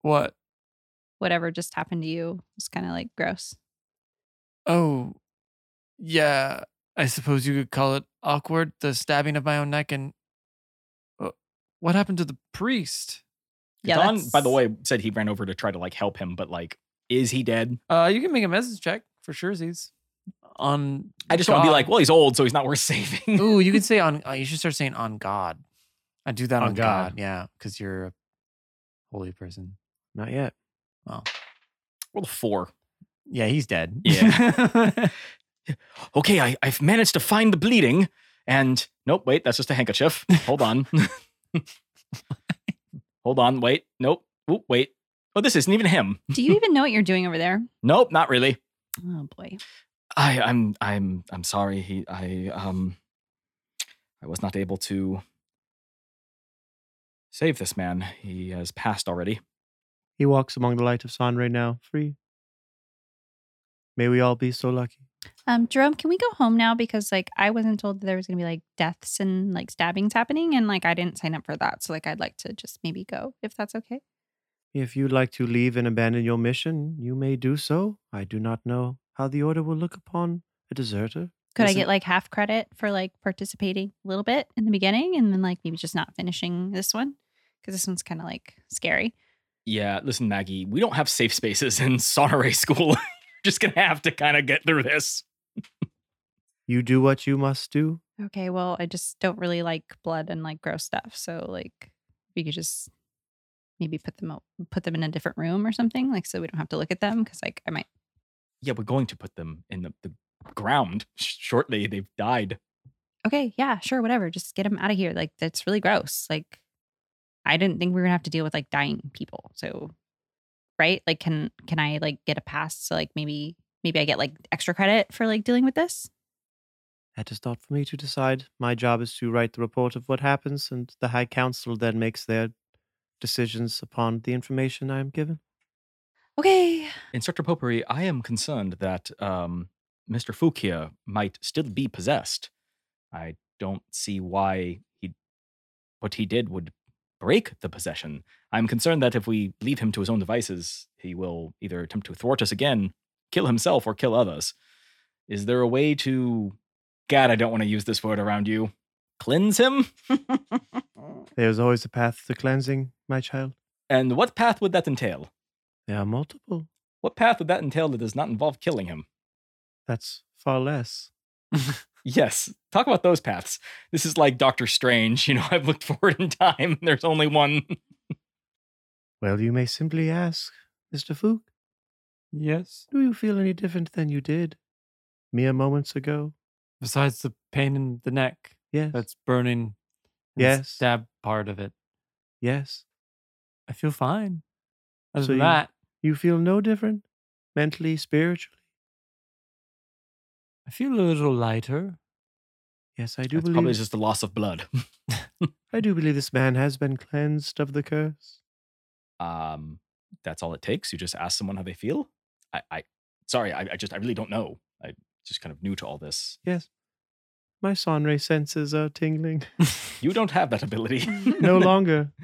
What?
Whatever just happened to you was kind of like gross.
Oh, yeah. I suppose you could call it awkward, the stabbing of my own neck. And Uh, what happened to the priest?
Yeah,
Don, by the
that's-
way, said he ran over to try to like help him, but like, is he dead?
Uh, you can make a message check for sure. He's on.
I just want to be
God.
like, well, he's old, so he's not worth saving.
Ooh, you could say on. Uh, you should start saying on God. I do that on,
On
God.
God.
Yeah, because you're a holy person.
Not yet.
Roll a four.
Yeah, he's dead.
Yeah. okay, I, I've managed to find the bleeding, and nope, wait, that's just a handkerchief. Hold on. Hold on, wait, nope. Oop, wait. Oh, this isn't even him.
Do you even know what you're doing over there?
Nope, not really.
Oh boy.
I, I'm I'm I'm sorry. He I um I was not able to save this man. He has passed already.
He walks among the light of sun right now, free. May we all be so lucky.
Um, Jerome, can we go home now? Because like I wasn't told that there was gonna be like deaths and like stabbings happening, and like I didn't sign up for that. So like I'd like to just maybe go if that's okay.
If you'd like to leave and abandon your mission, you may do so. I do not know how the Order will look upon a deserter.
Could I
Listen-
get like half credit for like participating a little bit in the beginning, and then like maybe just not finishing this one because this one's kind of like scary.
Yeah, listen, Maggie, we don't have safe spaces in Sonore school. Just gonna have to kind of get through this.
You do what you must do.
Okay, well I just don't really like blood and like gross stuff. So like if you could just maybe put them out, put them in a different room or something, like so we don't have to look at them because like I might.
Yeah, we're going to put them in the, the ground shortly. They've died.
okay, yeah, sure, whatever. Just get them out of here. Like that's really gross. Like I didn't think we were gonna have to deal with like dying people. So right? Like can can I like get a pass to like maybe maybe I get like extra credit for like dealing with this?
That is not for me to decide. My job is to write the report of what happens, and the High Council then makes their decisions upon the information I am given.
Okay.
Instructor Popery, I am concerned that um, Mr. Fukia might still be possessed. I don't see why he what he did would break the possession. I'm concerned that if we leave him to his own devices, he will either attempt to thwart us again, kill himself, or kill others. Is there a way to God, I don't want to use this word around you. Cleanse him?
There is always a path to cleansing, my child.
And what path would that entail?
There are multiple.
What path would that entail that does not involve killing him?
That's far less.
Yes. Talk about those paths. This is like Doctor Strange. You know, I've looked forward in time. And there's only one.
Well, you may simply ask, Mr. Fook,
Yes.
do you feel any different than you did mere moments ago?
Besides the pain in the neck
Yes.
that's burning. and
Yes.
Stab part of it.
yes.
I feel fine. Other
So
than
you-
that,
You feel no different mentally, spiritually.
I feel a little lighter.
Yes, I do
It's probably
believe
just the loss of blood.
I do believe this man has been cleansed of the curse.
Um, that's all it takes. You just ask someone how they feel. I, I sorry, I, I just I really don't know. I just kind of new to all this.
Yes. My Sonre senses are tingling.
You don't have that ability.
No longer.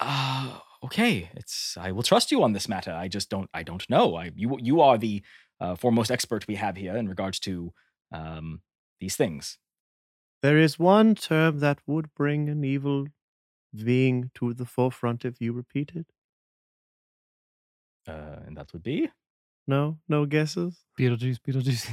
Uh, okay, it's I will trust you on this matter. I just don't I don't know. I you you are the uh, foremost expert we have here in regards to um these things.
There is one term that would bring an evil being to the forefront if you repeat it.
Uh, and that would be
No? No guesses?
Beetlejuice, Beetlejuice.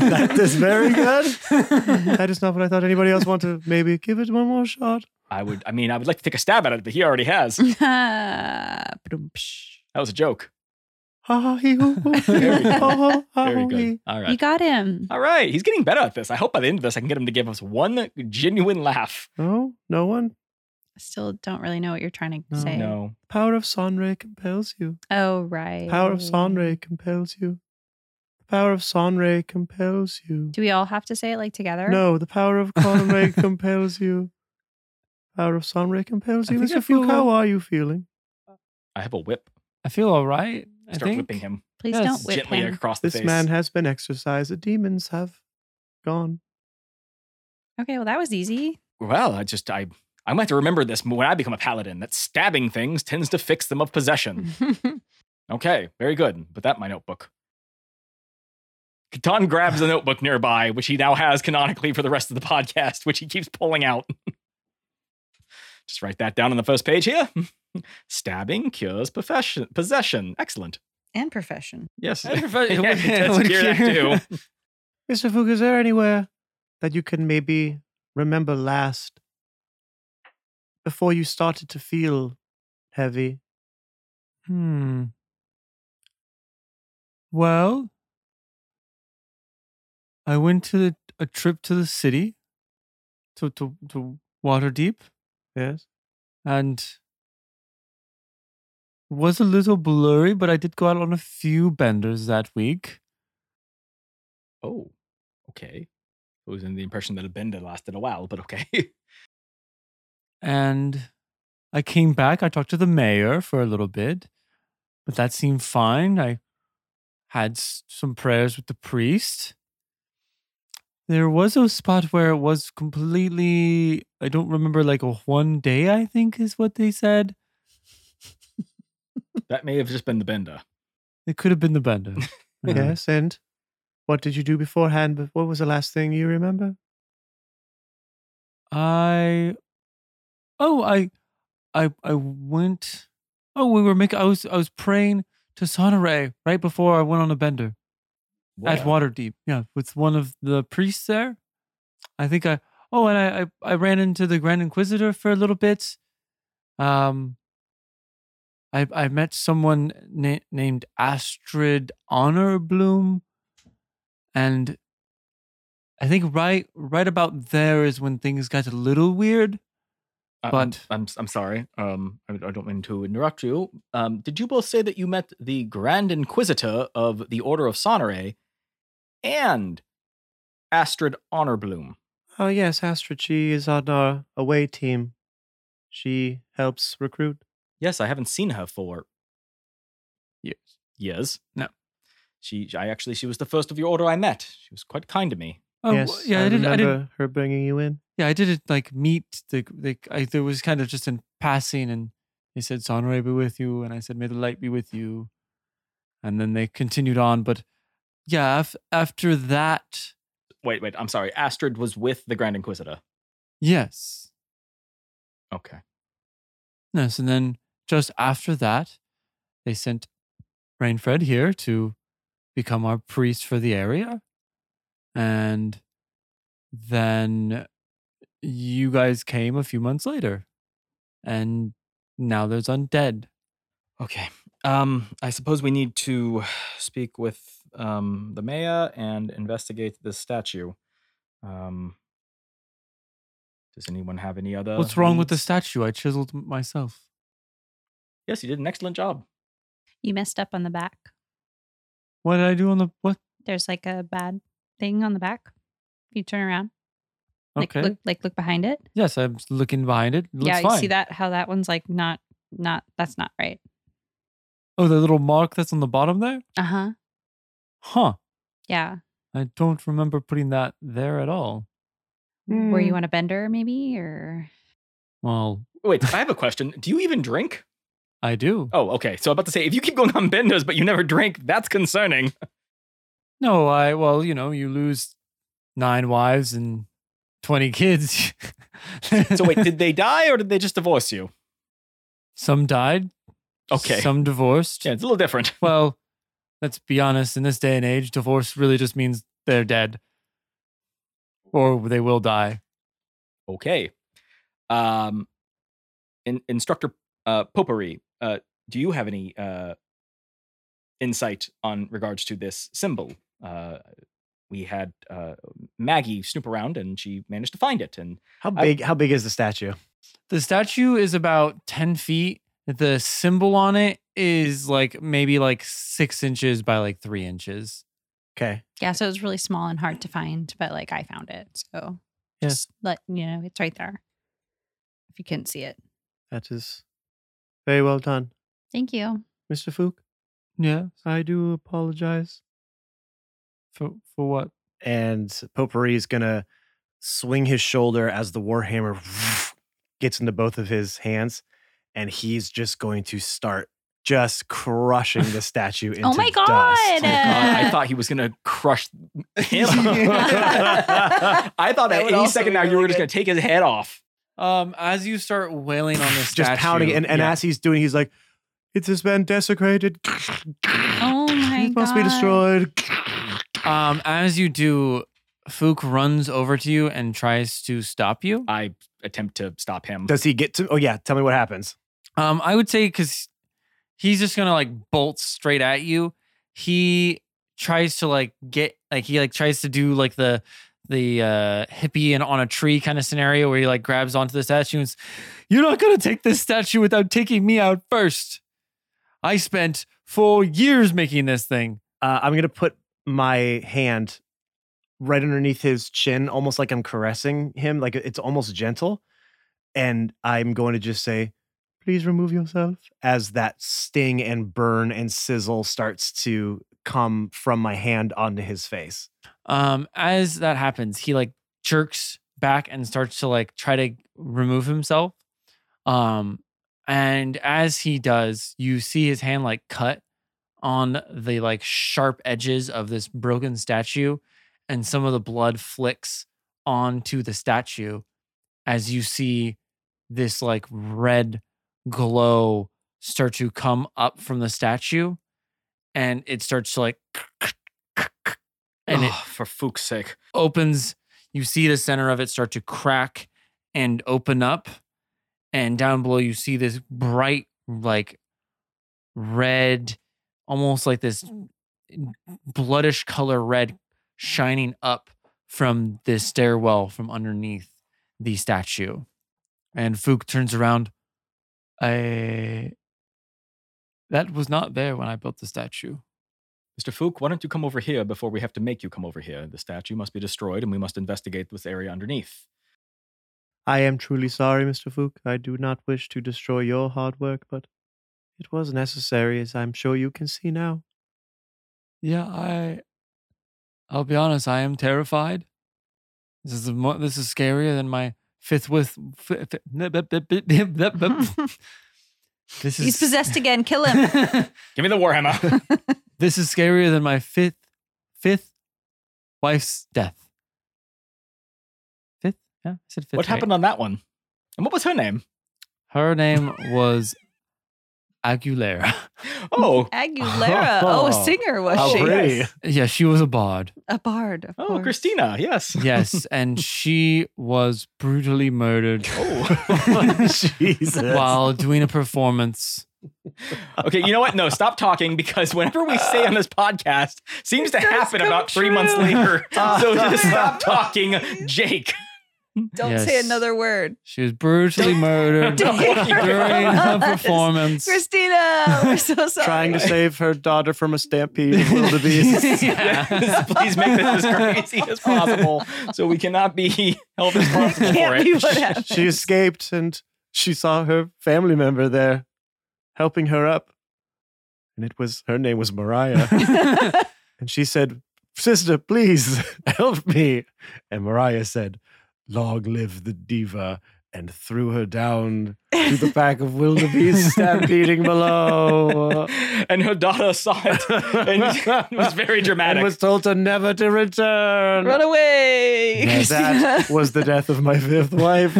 that is very good.
good.
that is not what I thought. Anybody else want to maybe give it one more shot?
I would. I mean, I would like to take a stab at it, but he already has.
Mm.
That
you
was a joke.
Ha ha he hoo hoo.
Very good.
Ho, ho, ha,
Very
ho,
good.
Oh, he.
All right.
got him.
All right. He's getting better at this. I hope by the end of this, I can get him to give us one genuine laugh.
No? No one?
Still don't really know what you're trying to
Oh, No.
say.
No.
Power of Sonre compels you.
Oh right.
Power of Sonre compels you. The power of Sonre compels you.
Do we all have to say it like together?
No, the power of Conre compels you. Power of Sonre compels
I
you.
think I
Mr. Fuke,
feel-
how are you feeling?
I have a whip.
I feel all right. I
Start
think.
whipping him
Please
Yes.
don't whip
gently
him.
across the
This
face.
man has been exorcised. The demons have gone.
Okay, well that was easy.
well, I just I I might have to remember this when I become a paladin. That stabbing things tends to fix them of possession. Okay, very good. Put that in my notebook. Catan grabs a notebook nearby, which he now has canonically for the rest of the podcast, which he keeps pulling out. Just write that down on the first page here. Stabbing cures profession, possession. Excellent.
and profession.
Yes.
And profe-
Yeah,
would-
it does
would
cure that
cure-
too.
Mr. Fuke, is there anywhere that you can maybe remember last before you started to feel heavy?
Hmm. Well, I went to the, a trip to the city, to to to Waterdeep,
Yes.
and was a little blurry, but I did go out on a few benders that week.
Oh, okay. I was under the impression that a bender lasted a while, but okay.
And I came back. I talked to the mayor for a little bit, but that seemed fine. I had s- some prayers with the priest. There was a spot where it was completely, I don't remember, like a one day, I think is what they said.
that may have just been the bender.
It could have been the bender. Uh, I guess.
Yes. And what did you do beforehand? But What was the last thing you remember?
I oh I I I went oh we were making I was I was praying to Sonore right before I went on a bender at
Wow.
Waterdeep yeah with one of the priests there I think I oh and I I, I ran into the Grand Inquisitor for a little bit um I I met someone na- named Astrid Honor Bloom and I think right right about there is when things got a little weird.
I-
But-
Uh, I'm, I'm I'm sorry. Um, I, I don't mean to interrupt you. Um, did you both say that you met the Grand Inquisitor of the Order of Sonore and Astrid Honorbloom?
Oh, yes. Astrid, she is on our away team. She helps recruit.
Yes, I haven't seen her for
Years.
Years?
No.
She, I actually, she was the first of your order I met. She was quite kind to me.
Oh,
yes.
w- yeah, I, didn't. I
remember
didn't.
her bringing you in.
Yeah, I didn't like meet the. the I, there was kind of just in passing, and they said Sonore be with you, and I said May the light be with you, and then they continued on. But yeah, af- after that,
Wait, wait. I'm sorry. Astrid was with the Grand Inquisitor.
yes,
Okay.
Yes, and then just after that, they sent Rainfred here to become our priest for the area. And then you guys came a few months later. And now there's undead.
Okay. Um, I suppose we need to speak with um, the mayor and investigate this statue. Um, does anyone have any other?
What's wrong with the
uh, leads?
statue? I chiseled m- myself.
Yes, you did an excellent job.
You messed up on the back.
What did I do on the what?
There's like a bad thing on the back. If you turn around, like
Okay.
look, like look behind it.
yes, I'm s- looking behind it. It looks
yeah, you
fine.
see that? How that one's like not, not. That's not right.
Oh, the little mark that's on the bottom there?
Uh huh.
Huh.
Yeah.
I don't remember putting that there at all.
Were you on a bender maybe, or
Well,
Wait, I have a question. Do you even drink?
I do.
Oh, okay. So I'm about to say, if you keep going on benders but you never drink, that's concerning.
No, I well, you know, you lose nine wives and twenty kids.
So wait, did they die or did they just divorce you?
some died?
Okay.
Some divorced.
Yeah, it's a little different.
Well, let's be honest. In this day and age, divorce really just means they're dead, or they will die.
Okay. Um, in, instructor uh, Popery, uh, do you have any uh, insight on regards to this symbol? Uh, we had uh, Maggie snoop around, and she managed to find it. And
How
I-
big? how big is the statue?
The statue is about ten feet. The symbol on it is like maybe like six inches by like three inches.
Okay.
yeah? So it was really small and hard to find, but like I found it. So
Yeah.
just let you know it's right there. If you couldn't see it,
That is very well done.
thank you.
Mr. Fook,
Yeah.
I do apologize.
For for what?
and Potpourri is gonna swing his shoulder as the warhammer gets into both of his hands, and he's just going to start just crushing the statue into
Oh my
dust.
God!
I thought he was gonna crush him. I thought
That
that
would
any
also
second
be
now you
really
were just
good.
gonna take his head off.
Um, as you start wailing on the statue,
just pounding, it, and, and
yeah.
as he's doing, he's like, "It has been desecrated.
Oh my
It must be
God.
destroyed."
Um, as you do, Fook runs over to you and tries to stop you.
I attempt to stop him.
Does he get to? Oh yeah, tell me what happens.
Um, I would say because he's just gonna like bolt straight at you. he tries to like get like he like tries to do like the the uh hippie and on a tree kind of scenario where he like grabs onto the statue and s- you're not gonna take this statue without taking me out first. I spent four years making this thing.
Uh, I'm gonna put my hand right underneath his chin, almost like I'm caressing him, like it's almost gentle. And I'm going to just say, "Please remove yourself," as that sting and burn and sizzle starts to come from my hand onto his face.
Um, as that happens, he like jerks back and starts to like try to remove himself. Um, and as he does, you see his hand like cut on the like sharp edges of this broken statue, and some of the blood flicks onto the statue as you see this like red glow start to come up from the statue and it starts to like and it
Ugh, for Fook's sake.
opens. You see the center of it start to crack and open up. And down below, you see this bright, like red, almost like this bloodish color red shining up from this stairwell from underneath the statue. And Fook turns around. I. That was not there when I built the statue.
Mr. Fook, why don't you come over here before we have to make you come over here? The statue must be destroyed and we must investigate this area underneath.
I am truly sorry, Mr. Fook. I do not wish to destroy your hard work, but it was necessary, as I'm sure you can see now.
Yeah, I. I'll be honest. I am terrified. This is mo- this is scarier than my fifth with. fi- fi- This is
He's possessed again. Kill him.
Give me the Warhammer.
this is scarier than my fifth fifth wife's death. Fifth? Yeah, I said fifth.
what
right?
happened on that one? And what was her name?
Her name was Aguilera.
Oh,
Aguilera. Oh, a
Oh,
singer was
how
she?
pretty.
yes.
yeah, she was a bard.
A bard. Of
Oh,
course.
Christina. Yes.
Yes, and she was brutally murdered
Oh.
Jesus.
while doing a performance.
okay, you know what? No, stop talking because whenever we say on this podcast, seems to
does
happen
come
about three months
true.
later. so just
true.
stop talking, Jake.
Don't
Yes.
say another word.
She was brutally murdered
Don't hear
during her
us.
performance.
Christina, we're so sorry.
Trying to save her daughter from a stampede of wildebeest.
Yes, please make this as crazy as possible so we cannot be held responsible
It
for
can't be
it.
what happened.
she escaped and she saw her family member there helping her up. And it was her name was Mariah. and she said, Sister, please help me. And Mariah said, Long live the diva, and threw her down to the pack of wildebeest stampeding below.
And her daughter saw it and was very dramatic.
and was told to never to return.
Run away.
And that was the death of my fifth wife.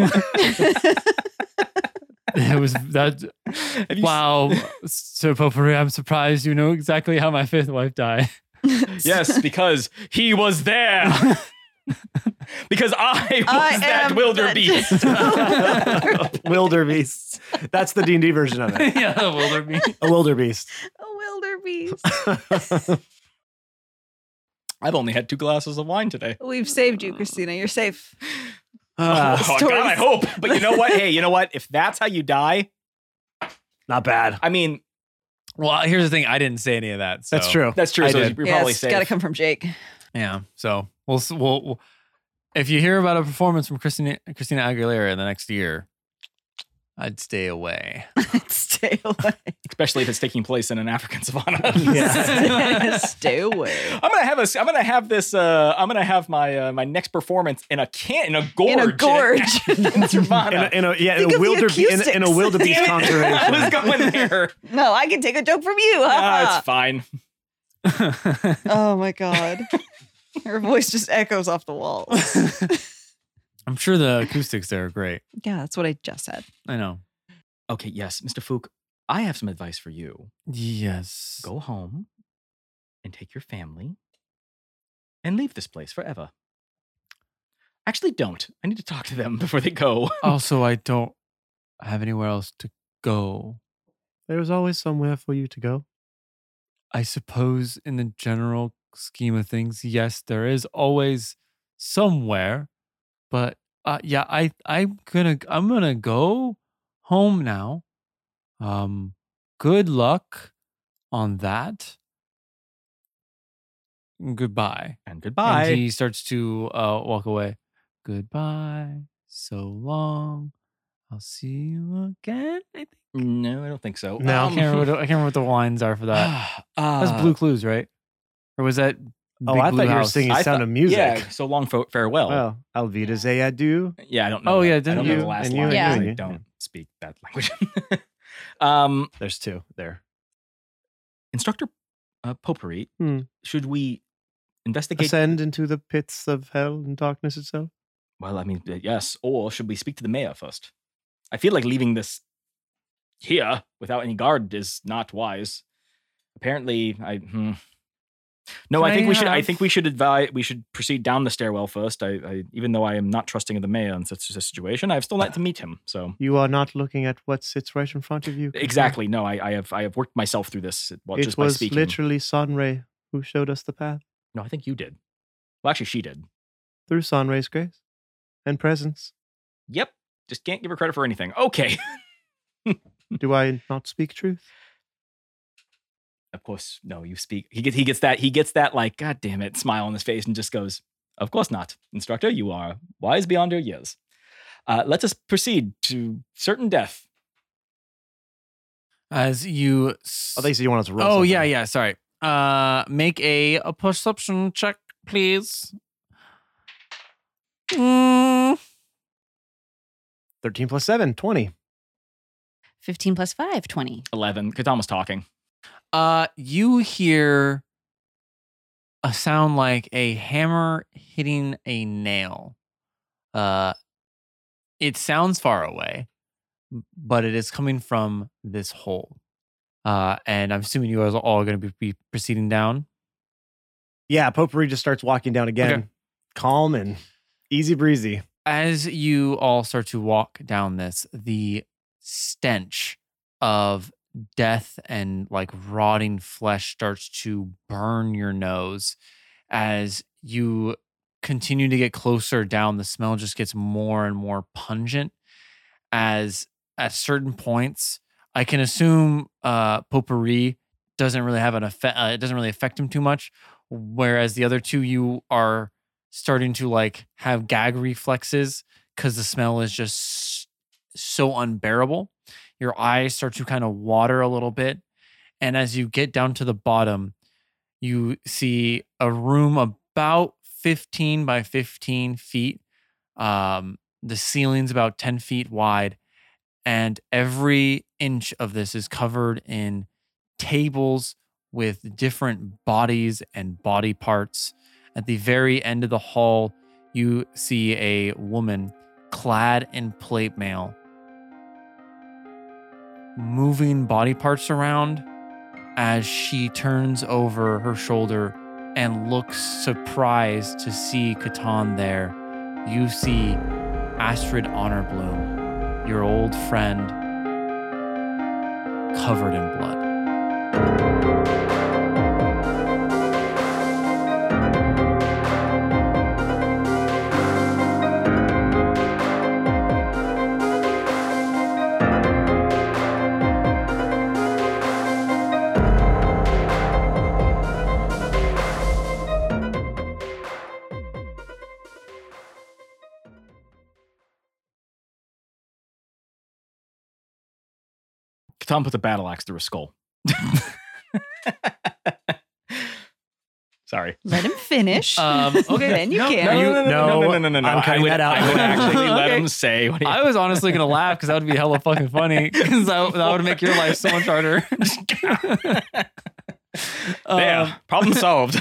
it was that.
Have you
Wow, Sir Potpourri, I'm surprised you know exactly how my fifth wife died.
s- yes, because he was there. because I was
I
that
am
wildebeest.
that-
wildebeest. That's the D&D version of it.
yeah, the wildebeest.
A wildebeest.
a wildebeest.
I've only had two glasses of wine today.
We've saved you, Christina. You're safe.
Ah,
oh, God, I
stories.
hope. But you know what? Hey, you know what? If that's how you die,
not bad.
I mean,
Well, here's the thing. I didn't say any of that.
That's
so-
true.
that's true.
I
so
did.
you're
Yes,
probably safe.
gotta come from Jake.
Yeah. So we'll, s- we'll, we'll if you hear about a performance from Christina Christina Aguilera in the next year, I'd stay away.
Stay away.
Especially if it's taking place in an African savanna.
Yeah.
Stay away.
I'm gonna have a. I'm gonna have this. Uh, I'm gonna have my uh, my next performance in a can in a gorge.
In a gorge.
In
In a,
Nirvana.
in a, yeah, in
Think
a,
of the
wilder, in, a, in a
acoustics.
wildebeest
Damn it. I was
conjuration.
going there.
No, I can take a joke from you.
Ah,
haha.
it's fine.
oh my god. Her voice just echoes off the walls.
I'm sure the acoustics there are great.
Yeah, that's what I just said.
I know.
Okay. Yes, Mr. Fook. I have some advice for you.
Yes.
Go home and take your family and leave this place forever. Actually, don't. I need to talk to them before they go.
Also, I don't have anywhere else to go.
There's always somewhere for you to go.
I suppose, in the general scheme of things, yes, there is always somewhere. But uh, yeah, I I'm gonna I'm gonna go home now. Um, good luck on that. Goodbye.
And
And
goodbye.
he starts to uh, walk away. Goodbye. So long. I'll see you again. I think.
No, I don't think so. Um,
No.
I can't remember. What, I can't remember what the lines are for
Ah.
that.
uh,
That's Blue Clues, right? Or was that?
Oh,
Big
I
Blue
thought you were
House?
singing
I
Sound
thought-
of Music. Oh.
Yeah, so long fo- farewell.
Well, Alvida Zayadu.
yeah, I don't know.
Oh,
that.
yeah,
I
didn't
don't know
you-
the last
and you
line.
and
because
you-
I don't speak that language. um,
There's two there.
Instructor uh, Potpourri,
Hmm.
should we investigate?
Ascend into the pits of hell and darkness itself.
well, I mean, uh, yes. Or should we speak to the mayor first? I feel like leaving this here without any guard is not wise. Apparently, I. Hmm. No,
Can
I think
I
we should. I
have-
think we should advise. We should proceed down the stairwell first. I, I, even though I am not trusting of the mayor in such a situation, I've still not to meet him. So
You are not looking at what sits right in front of you. Kafka.
Exactly. No, I, I have I have worked myself through this uh, well,
It
just by
was
speaking.
literally Sunray who showed us the path
no, I think you did. Well, actually, she did.
through Sunray's grace and presence.
Yep. Just can't give her credit for anything. Okay.
Do I not speak truth?
Of course, no. You speak. He gets he gets that he gets that like God damn it smile on his face and just goes, "Of course not, instructor. You are wise beyond your years. Uh, let us proceed to certain death."
As you. s-
you want us to
oh yeah, yeah. Sorry. Uh, make a, a perception check, please. Mm,
13 plus 7, 20.
15 plus 5, 20.
Eleven. Katama's talking.
Uh, you hear a sound like a hammer hitting a nail. Uh, it sounds far away, but it is coming from this hole. Uh, and I'm assuming you guys are all going to be, be proceeding down.
Yeah, Potpourri just starts walking down again.
Okay.
Calm and easy breezy.
as you all start to walk down this, the stench of death and like rotting flesh starts to burn your nose as you continue to get closer down the smell just gets more and more pungent as at certain points i can assume uh potpourri doesn't really have an effect uh, it doesn't really affect him too much whereas the other two you are starting to like have gag reflexes because the smell is just s- so unbearable. Your eyes start to kind of water a little bit. And as you get down to the bottom, you see a room about 15 by 15 feet. Um, the ceiling's about 10 feet wide. And every inch of this is covered in tables with different bodies and body parts. At the very end of the hall, you see a woman clad in plate mail moving body parts around as she turns over her shoulder and looks surprised to see Catan there. You see Astrid Honorbloom, your old friend, covered in blood.
Katama puts a battle axe through a skull. Sorry.
Let him finish.
Um, okay.
then you
No,
can.
no,
no, no, no, no, no, no, no.
I'm
I
cutting
would,
that out.
I would actually let
Okay.
him say what he
I was honestly gonna laugh because that would be hella fucking funny because that, that would make your life so much harder.
There,
Um,
uh,
problem solved.